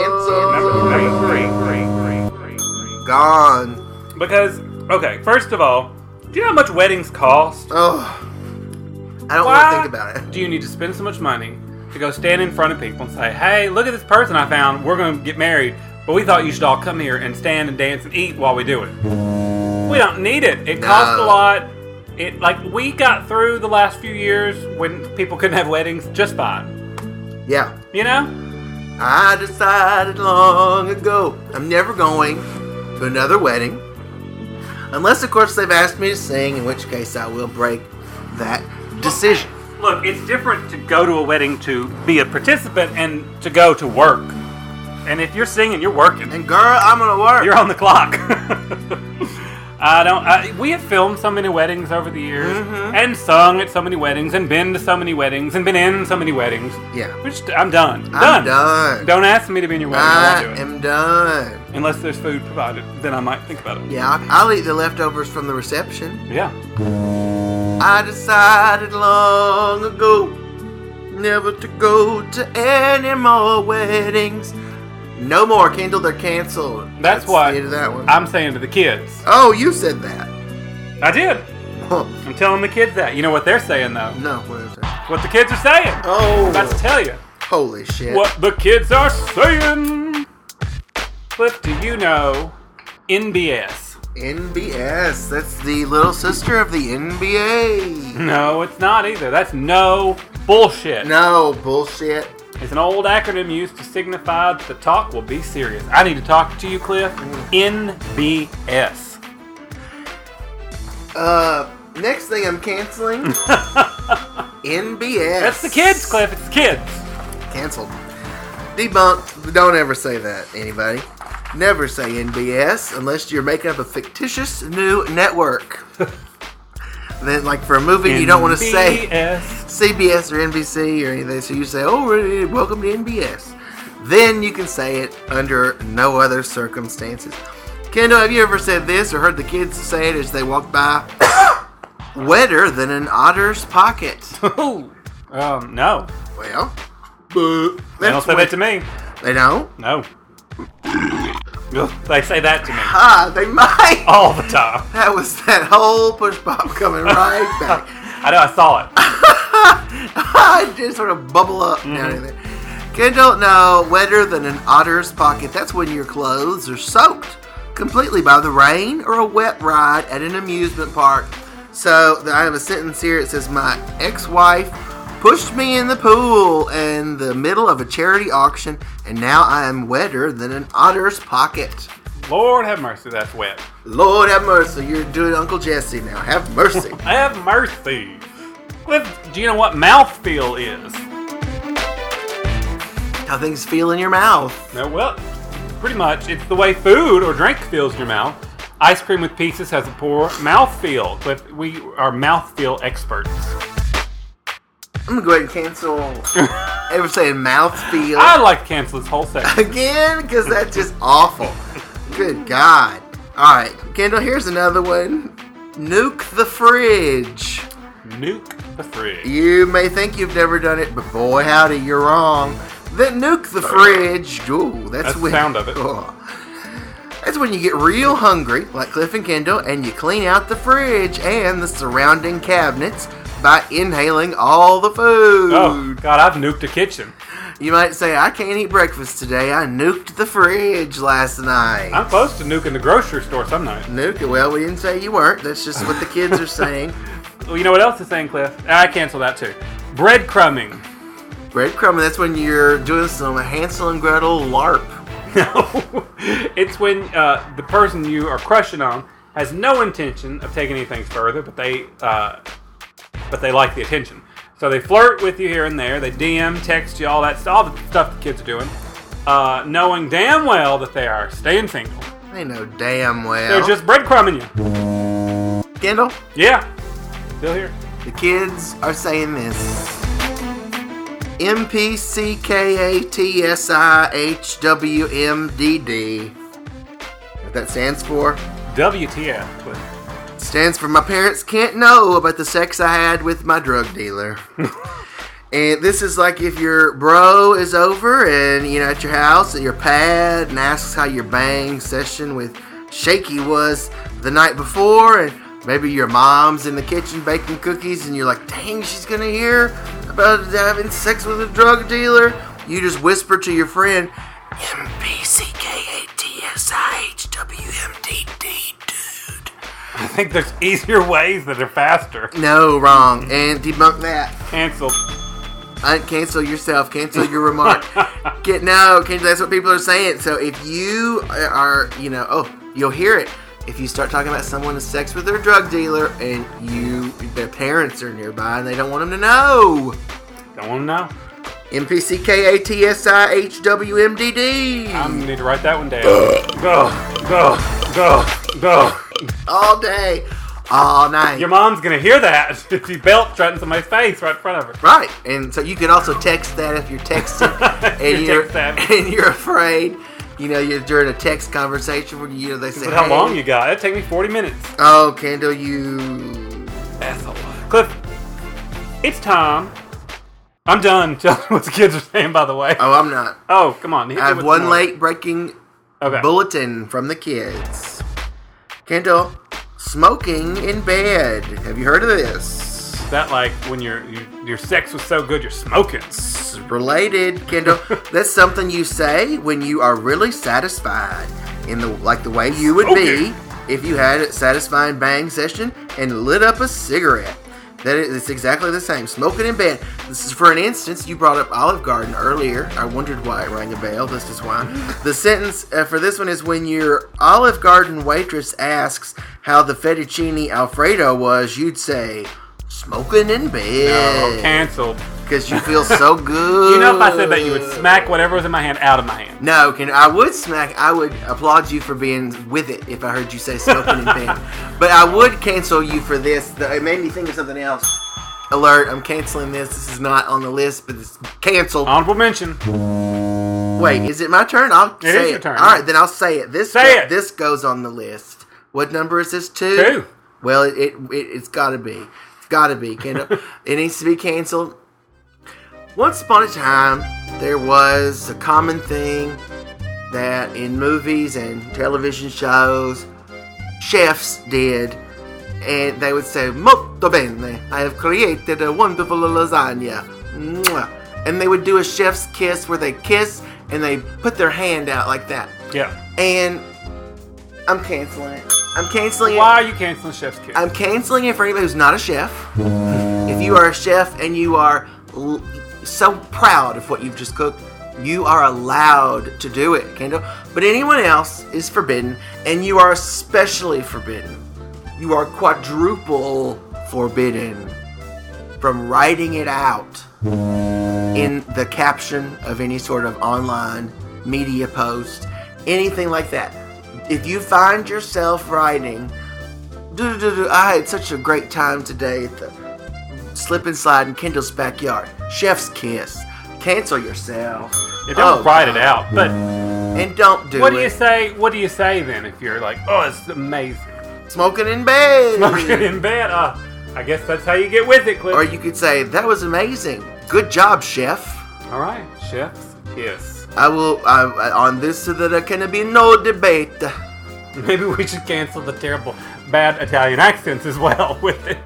Number three, three, three, three, three,
Gone.
three. Because okay, first of all, do you know how much weddings cost?
Oh, I don't want to think about it.
Do you need to spend so much money to go stand in front of people and say, "Hey, look at this person I found. We're going to get married, but we thought you should all come here and stand and dance and eat while we do it." We don't need it. It costs
No.
a lot. It like we got through the last few years when people couldn't have weddings just fine.
Yeah.
You know?
I decided long ago I'm never going to another wedding. Unless, of course, they've asked me to sing, in which case I will break that decision.
Look, it's different to go to a wedding to be a participant and to go to work. And if you're singing, you're working.
And girl, I'm gonna work.
You're on the clock. I don't. I, we have filmed so many weddings over the years,
Mm-hmm.
and sung at so many weddings, and been to so many weddings, and been in so many weddings.
Yeah.
Which I'm done.
I'm
done.
done.
Don't ask me to be in your wedding. I
I
won't do it.
am done.
Unless there's food provided, then I might think about it.
Yeah, I- I'll eat the leftovers from the reception.
Yeah.
I decided long ago never to go to any more weddings. No more, Kendall. They're canceled.
That's
the
why
end of that one.
I'm saying to the kids.
oh, you said that.
I did.
Huh.
I'm telling the kids that. You know what they're saying though.
no, what is that?
What the kids are saying.
Oh.
I'm about to tell you.
Holy shit.
What the kids are saying. Cliff, do you know NBS?
NBS. That's the little sister of the NBA.
No, it's not either. That's no bullshit.
No, bullshit.
It's an old acronym used to signify that the talk will be serious. I need to talk to you, Cliff. NBS.
Uh, next thing I'm canceling NBS.
That's the kids, Cliff. It's the kids.
Canceled. Debunked. Don't ever say that, anybody. Never say NBS unless you're making up a fictitious new network. then, like for a movie, you don't want to say
NBS.
CBS or NBC or anything, so you say, "Oh, we're- welcome to NBS." Then you can say it under no other circumstances. Kendall, have you ever said this or heard the kids say it as they walk by? Wetter than an otter's pocket.
Ooh. Um, no.
well, but
They don't
that's
say
wet-
that to me.
They don't.
No. Ugh, they say that to me
Ah, they might.
all the time.
That was that whole push pop coming right back.
I know, I saw it.
I just sort of bubble up down in there. Kendall, no, wetter than an otter's pocket. That's when your clothes are soaked completely by the rain or a wet ride at an amusement park. So th- I have a sentence here. It says, My ex wife pushed me in the pool in the middle of a charity auction, and now I am wetter than an otter's pocket.
Lord have mercy, that's wet.
Lord have mercy. You're doing Uncle Jesse now. Have mercy.
Have mercy. Cliff, do you know what mouthfeel is?
How things feel in your mouth.
No, well, pretty much. It's the way food or drink feels in your mouth. Ice cream with pieces has a poor mouthfeel. Cliff, we are mouthfeel experts.
I'm gonna go ahead and cancel ever saying mouthfeel
I like to cancel this whole section.
again because that's just awful. Good God. All right, Kendall, here's another one. Nuke the fridge.
Nuke the fridge.
You may think you've never done it, but boy, howdy, you're wrong. That nuke the fridge. Ooh, that's,
That's the
when,
sound of it.
Ugh. That's when you get real hungry, like Cliff and Kendall, and you clean out the fridge and the surrounding cabinets by inhaling all the food.
Oh, God, I've nuked a kitchen.
You might say, I can't eat breakfast today. I nuked the fridge last night.
I'm close to nuking the grocery store some night.
Nuke it. Well, we didn't say you weren't. That's just what the kids are saying.
Well, you know what else is saying, Cliff? I cancel that too. Breadcrumbing.
Breadcrumbing, that's when you're doing some Hansel and Gretel LARP.
No, it's when uh, the person you are crushing on has no intention of taking anything further, but they uh, but they like the attention. So they flirt with you here and there. They DM, text you, all that stuff, all the stuff the kids are doing, uh, knowing damn well that they are staying single.
They know damn well.
They're just breadcrumbing you.
Kendall,
Yeah, still here.
the kids are saying this. M P C K A T S I H W M D D. What that stands for?
WTF? Cliff.
stands for my parents can't know about the sex I had with my drug dealer. and this is like if your bro is over and you know at your house at your pad and asks how your bang session with Shaky was the night before and Maybe your mom's in the kitchen baking cookies and you're like, dang, she's gonna hear about having sex with a drug dealer. You just whisper to your friend, M B C K A T S I H W M D D, dude.
I think there's easier ways that are faster.
No, wrong. And debunk that.
Cancel.
I cancel yourself. Cancel your remark. Get no. Can, that's what people are saying. So if you are, you know, oh, you'll hear it. If you start talking about someone has sex with their drug dealer and you, their parents are nearby and they don't want them to know.
Don't want to know.
MPCKATSIHWMDD
I need to write that one down. go, go, go, go.
all day, all night.
Your mom's gonna hear that if you belt right in somebody's face right in front of her.
Right, and so you can also text that if you're texting and
If you're
you're,
text savvy.
and you're afraid. You know, you're during a text conversation where you know they say,
But how
hey,
long you got? It'd take me 40 minutes.
Oh, Kendall, you.
That's a lot. Cliff, it's time. I'm done. Tell me what the kids are saying, by the way.
Oh, I'm not.
Oh, come on. hit me
I have
with
one
more.
late breaking
Okay.
bulletin from the kids. Kendall, smoking in bed. Have you heard of this?
Is that like when your your your sex was so good you're smoking?
It's related, Kendall. That's something you say when you are really satisfied in the like the way you would
Okay.
be if you had a satisfying bang session and lit up a cigarette. That is it's exactly the same. Smoking in bed. This is for an instance. You brought up Olive Garden earlier. I wondered why it rang a bell. This is why. The sentence uh, for this one is when your Olive Garden waitress asks how the fettuccine alfredo was, you'd say, "Smoking in
Oh,
bed,"
canceled.
because you feel so good.
You know if I said that you would smack whatever was in my hand out of my hand.
No, can I would smack. I would applaud you for being with it if I heard you say smoking in bed. But I would cancel you for this. though It made me think of something else. Alert! I'm canceling this. This is not on the list, but it's canceled.
Honorable mention.
Wait, is it my turn? I'll
is
say
your turn.
All right, then I'll say it. This
Say it.
This goes on the list. What number is this? Two.
Two.
Well, it, it, it it's got to be. It's got to be. Can it needs to be canceled. Once upon a time, there was a common thing that in movies and television shows, chefs did, and they would say, Molto bene, I have created a wonderful lasagna. Mwah. And they would do a chef's kiss where they kiss and they put their hand out like that.
Yeah.
And I'm canceling it. I'm canceling it.
Why are you canceling Chef's Kiss?
I'm canceling it for anybody who's not a chef. If you are a chef and you are l- so proud of what you've just cooked, you are allowed to do it, Kendall. But anyone else is forbidden, and you are especially forbidden. You are quadruple forbidden from writing it out
Mm-hmm.
in the caption of any sort of online media post, anything like that. If you find yourself writing, do, do, do, I had such a great time today at the slip and slide in Kendall's backyard. Chef's kiss. Cancel yourself.
Yeah, don't
Oh,
write it out. But
And don't do
what
it.
do you say? What do you say then if you're like, oh, it's amazing,
Smoking in bed.
smoking in bed? Uh, I guess that's how you get with it, Cliff.
Or you could say, that was amazing. Good job, chef.
All right, Chef's Kiss.
I will, I, I- on this, so that there can be no debate.
Maybe we should cancel the terrible bad Italian accents as well with it.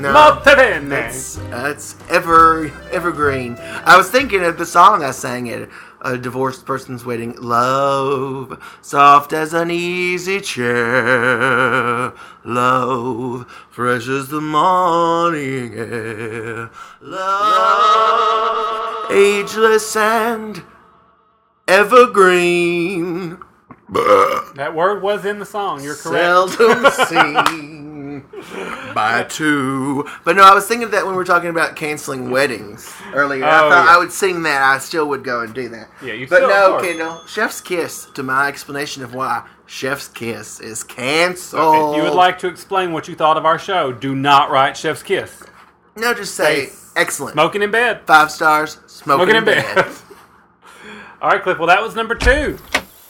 No.
Molto bene.
That's that's uh, ever evergreen. I was thinking of the song I sang at a divorced person's wedding. Love, soft as an easy chair. Love, fresh as the morning air. Love, ageless and evergreen.
That word was in the song. You're correct.
Seldom seen by two. But no, I was thinking of that when we were talking about canceling weddings earlier. I
Oh,
thought
yeah.
I would sing that. I still would go and do that.
Yeah, you
But
still- of
no,
course.
Kendall, Chef's Kiss, to my explanation of why Chef's Kiss is
If
canceled.
you would like to explain what you thought of our show, do not write Chef's Kiss.
No, just say excellent.
Smoking in bed.
Five stars, smoking,
Smoking in
in bed.
bed. All right, Cliff. Well, that was number two.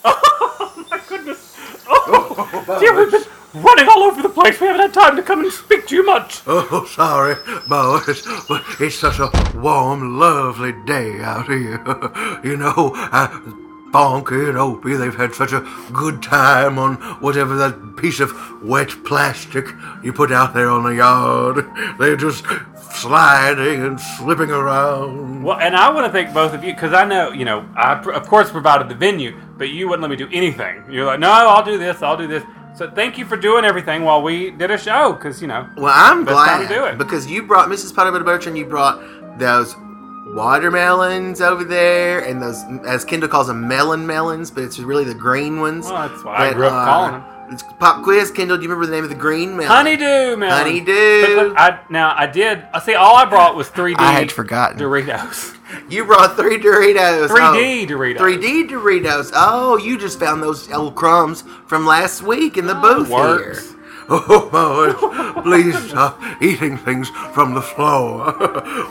Oh, my goodness. Oh, dear, we've been running all over the place. We haven't had time to come and speak to you much.
Oh, sorry, boys, but it's such a warm, lovely day out here. You know, I Bonky and Opie, they've had such a good time on whatever that piece of wet plastic you put out there on the yard. They're just sliding and slipping around.
Well, and I want to thank both of you because I know, you know, I pr- of course provided the venue, but you wouldn't let me do anything. You're like, no, I'll do this, I'll do this. So thank you for doing everything while we did a show because, you know.
Well, I'm
Best
glad
time to do it.
because you brought Mrs. Powderbed Birch and you brought those watermelons over there and those, as Kendall calls them, melon melons, but it's really the green ones.
Well, that's why I grew up calling 'em.
It's pop quiz, Kendall. Do you remember the name of the green melon?
Honeydew, man.
Honeydew.
But look, I, now I did. I see. All I brought was 3D.
I had forgotten.
Doritos.
You brought three Doritos.
3D Doritos.
3D Doritos. Oh, you just found those old crumbs from last week in the booth
Oh, works.
here. Oh, Lois, please stop eating things from the floor.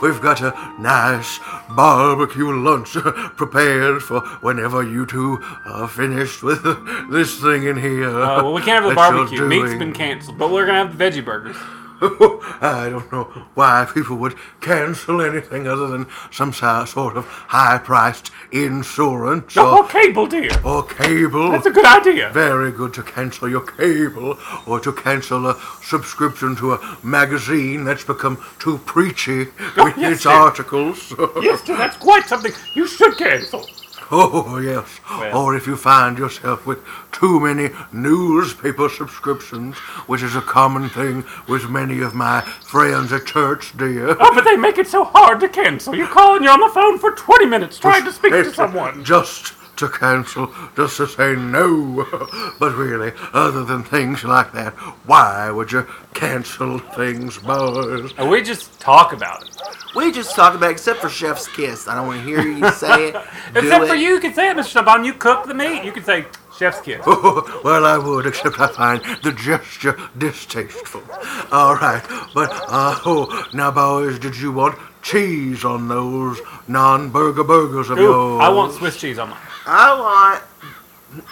We've got a nice barbecue lunch prepared for whenever you two are finished with this thing in here.
Uh, well, we can't have the
that you're
barbecue. Meat's
doing.
been canceled, but we're gonna have the veggie burgers.
I don't know why people would cancel anything other than some si- sort of high-priced insurance
Oh,
or,
cable, dear.
or cable.
That's a good idea.
Very good to cancel your cable or to cancel a subscription to a magazine that's become too preachy with
yes,
its
sir.
articles.
Yes, dear, that's quite something. You should cancel.
Oh, yes. Or if you find yourself with too many newspaper subscriptions, which is a common thing with many of my friends at church, dear.
Oh, but they make it so hard to cancel. You call and you're on the phone for 20 minutes trying to speak to
It's
someone.
Just to cancel, just to say no. But really, other than things like that, why would you cancel things, boys?
And we just talk about it.
We just talked about, except for Chef's Kiss. I don't want to hear you say it. do
Except for
it.
you, you can say it, Mr. Shabon. You cook the meat. You can say, Chef's kiss.
Oh, well, I would, except I find the gesture distasteful. All right, but uh, oh, now, boys, did you want cheese on those non-burger burgers of
Ooh,
yours?
I want Swiss cheese on mine.
I want.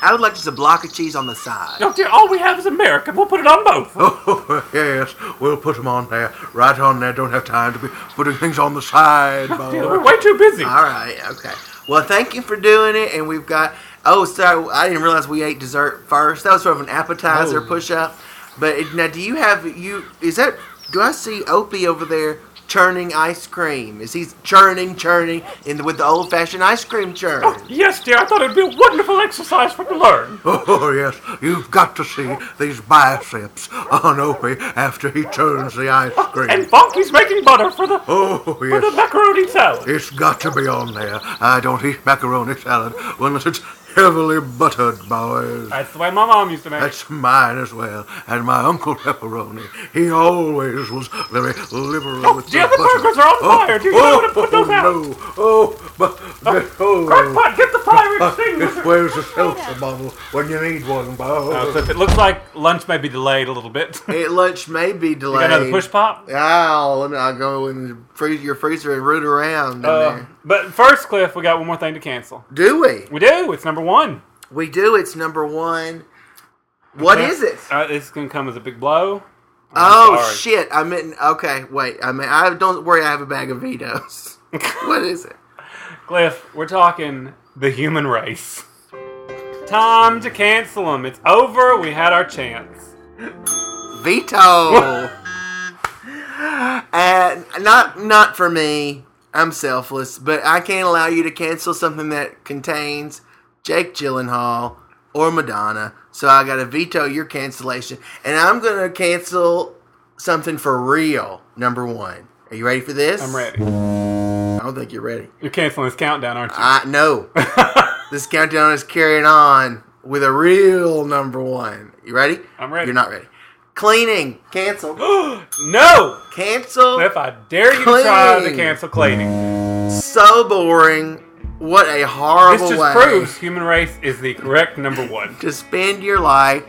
I would like just a block of cheese on the side.
No, dear, all we have is American. We'll put it on both.
Oh, yes, we'll put them on there, right on there. Don't have time to be putting things on the side,
Oh, Dear, we're
boys.
way too busy.
All right, okay. Well, thank you for doing it, and we've got. Oh, sorry, I didn't realize we ate dessert first. That was sort of an appetizer
Oh.
push up. But it, now, do you have you? Is that? Do I see Opie over there churning ice cream? Is he churning, churning, in the, with the old fashioned ice cream churn?
Oh. Yes, dear, I thought it would be a wonderful exercise for him to learn.
Oh, yes, you've got to see these biceps on Opie after he turns the ice cream.
And Funky's making butter for the,
oh,
for the
yes,
macaroni salad.
it's got to be on there. I don't eat macaroni salad unless it's heavily buttered, boys.
That's the way my mom used to make it.
That's mine as well. And my Uncle Pepperoni, he always was very liberal with
dear, Oh, the
butter.
burgers are on fire. Do you
oh,
want me to put those
oh,
out?
No. Oh, but... Oh,
Crackpot, get the fire Oh,
Ah,
extinguisher.
it wears a seltzer bottle when you need one, boy.
Uh, so if it looks like lunch may be delayed a little bit. you
It, lunch may be delayed.
got another push pop?
I'll, let me- I'll go in the freeze your freezer and root around in
Uh,
there.
but first, Cliff, we got one more thing to cancel.
Do we?
We do. It's number one.
We do. It's number one. What is it?
Uh, it's going to come as a big blow.
oh
sorry.
shit! I meant. Okay, wait. I mean, I don't worry. I have a bag of vetoes. what is it?
Cliff, we're talking the human race. Time to cancel them. It's over. We had our chance.
Veto. uh, not not for me. I'm selfless, but I can't allow you to cancel something that contains Jake Gyllenhaal or Madonna. So I got to veto your cancellation, and I'm gonna cancel something for real. Number one, are you ready for this?
I'm ready.
I don't think you're ready.
You're canceling this countdown, aren't you?
I no. this countdown is carrying on with a real number one. You ready?
I'm ready.
You're not ready. Cleaning cancel.
no!
cancel.
Cliff, I dare you to try to
Cleaning.
cancel cleaning.
so boring. What a
This
horrible
just
way
proves human race is the correct number one.
to spend your life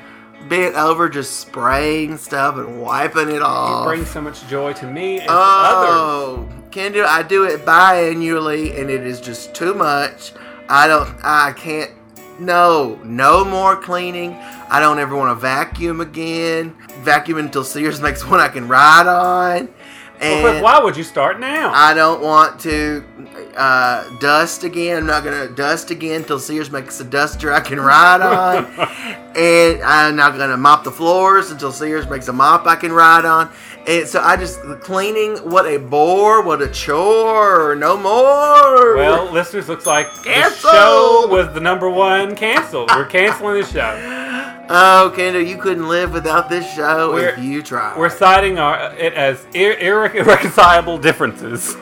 bent over just spraying stuff and wiping it off.
Brings so much joy to me and to others.
oh, can do. I do it biannually, and it is just too much. I don't. I can't. No, no more cleaning. I don't ever want to vacuum again. Vacuum until Sears makes one I can ride on.
And
Cliff, why would you start now?
I don't want to uh, dust again. I'm not gonna dust again till Sears makes a duster I can ride on, and I'm not gonna mop the floors until Sears makes a mop I can ride on. And so I just cleaning. What a bore! What a chore! No more.
well, listeners, looks like
Cancel!
the show was the number one canceled. We're canceling the show.
oh, Kendall, you couldn't live without this show if
We're-
you tried.
We're citing our, it as ir- irre- irreconcilable differences.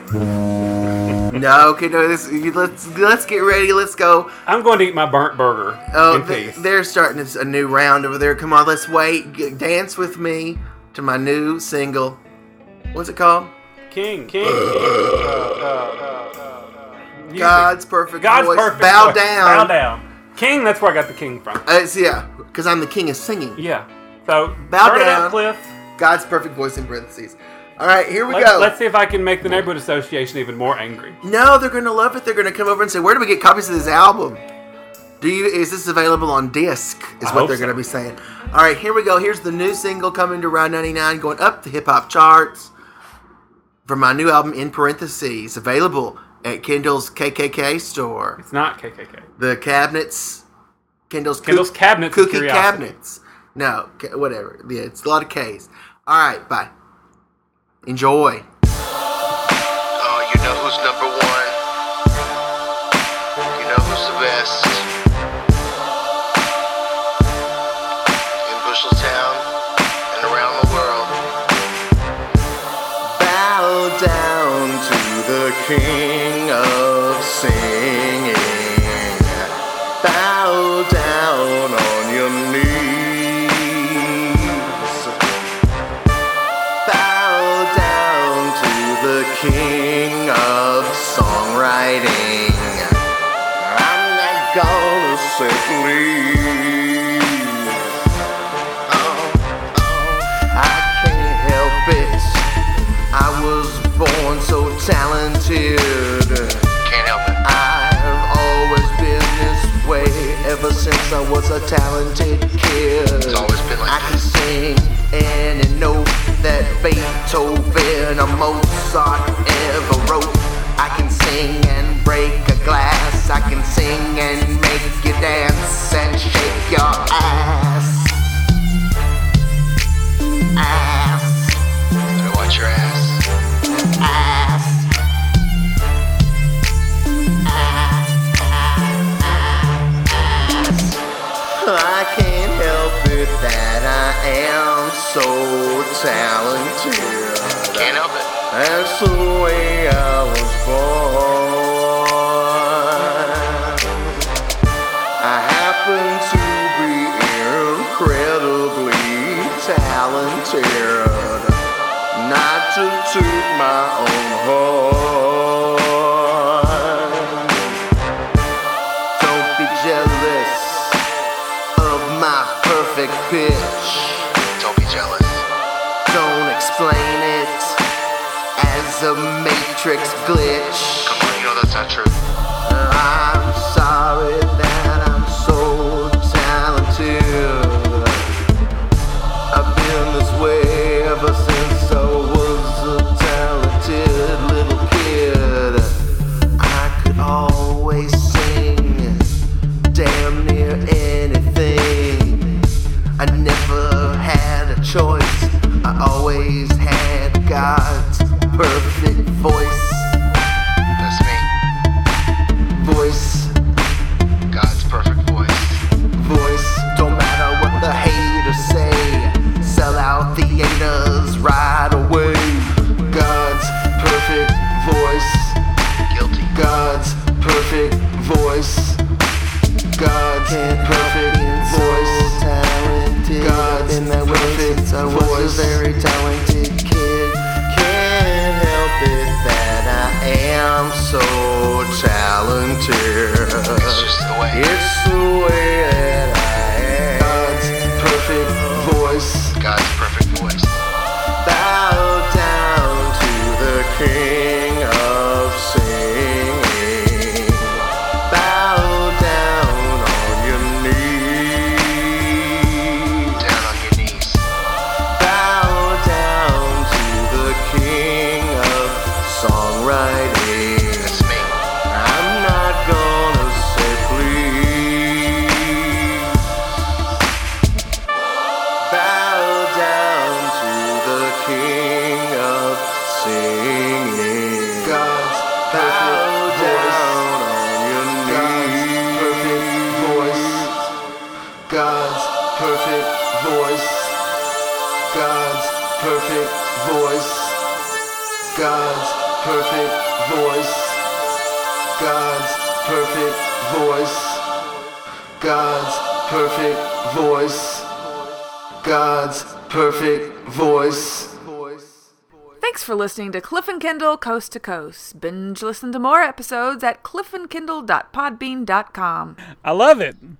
no, Kendall, this, you- let's let's get ready. Let's go.
I'm going to eat my burnt burger
Oh,
in
they,
peace.
they're starting this- a new round over there. Come on, let's wait. G- dance with me to my new single. What's it called?
King, king, king.
God's perfect
God's
voice.
perfect.
Bow
voice.
down.
Bow down. King. That's where I got the king from.
Uh, it's- yeah, because I'm the king of singing.
Yeah. So
Bow
turn it
down.
up, Cliff.
God's perfect voice in parentheses. All right, here we
Let's,
go.
let's see if I can make the neighborhood association even more angry.
no, they're gonna love it. They're gonna come over and say, "Where do we get copies of this album? Do you? Is this available on disc?" Is
I
what
hope
they're
so.
gonna be saying. All right, here we go. Here's the new single coming to round 99, going up the hip hop charts from my new album in parentheses, available at Kindle's KKK store.
It's not KKK.
the cabinets, Kindle's
Kindle's cabinets of
cookie
curiosity.
cabinets. No, ca- whatever. Yeah, it's a lot of K's. All right, bye. Enjoy.
Oh, you know who's number one. You know who's the best. In Busheltown and around the world. Bow down to the king of singing. Bow down on your knees. Bow down to the king of songwriting. I'm not gonna say please. Oh, oh, I can't help it. I was born so talented. Can't help it. I've always been this way ever since I was a talented kid. It's always been like I can sing and you know that Beethoven or Mozart ever wrote. I can sing and break a glass. I can sing and make you dance and shake your ass. Ass. Watch your ass. Ass. I can't help it that I am so talented. Can't help it. That's the way I was born. I happen to be incredibly talented. Not to toot my own horn. Don't be jealous of my perfect pitch. Don't be jealous. Don't explain it as a matrix glitch. Come on, you know that's not true. I'm sorry that I'm so talented. I've been this way ever since I was a talented little kid. I could always sing damn near anything. I never had a choice. I always had God's perfect voice. That's me. Voice. God's perfect voice. Voice. Don't matter what the haters say. Sell out theaters right away. God's perfect voice. Guilty. God's perfect voice. God's perfect voice. Talented. God's in that perfect I was a very talented kid. Can't help it that king of singing. God's perfect voice. on your knees. God's perfect voice. God's perfect voice. God's perfect voice. God's perfect voice. God's perfect voice. God's perfect voice. God's perfect voice.
Thanks for listening to Cliff and Kindle Coast to Coast. Binge listen to more episodes at cliffandkindle.podbean.com.
I love it.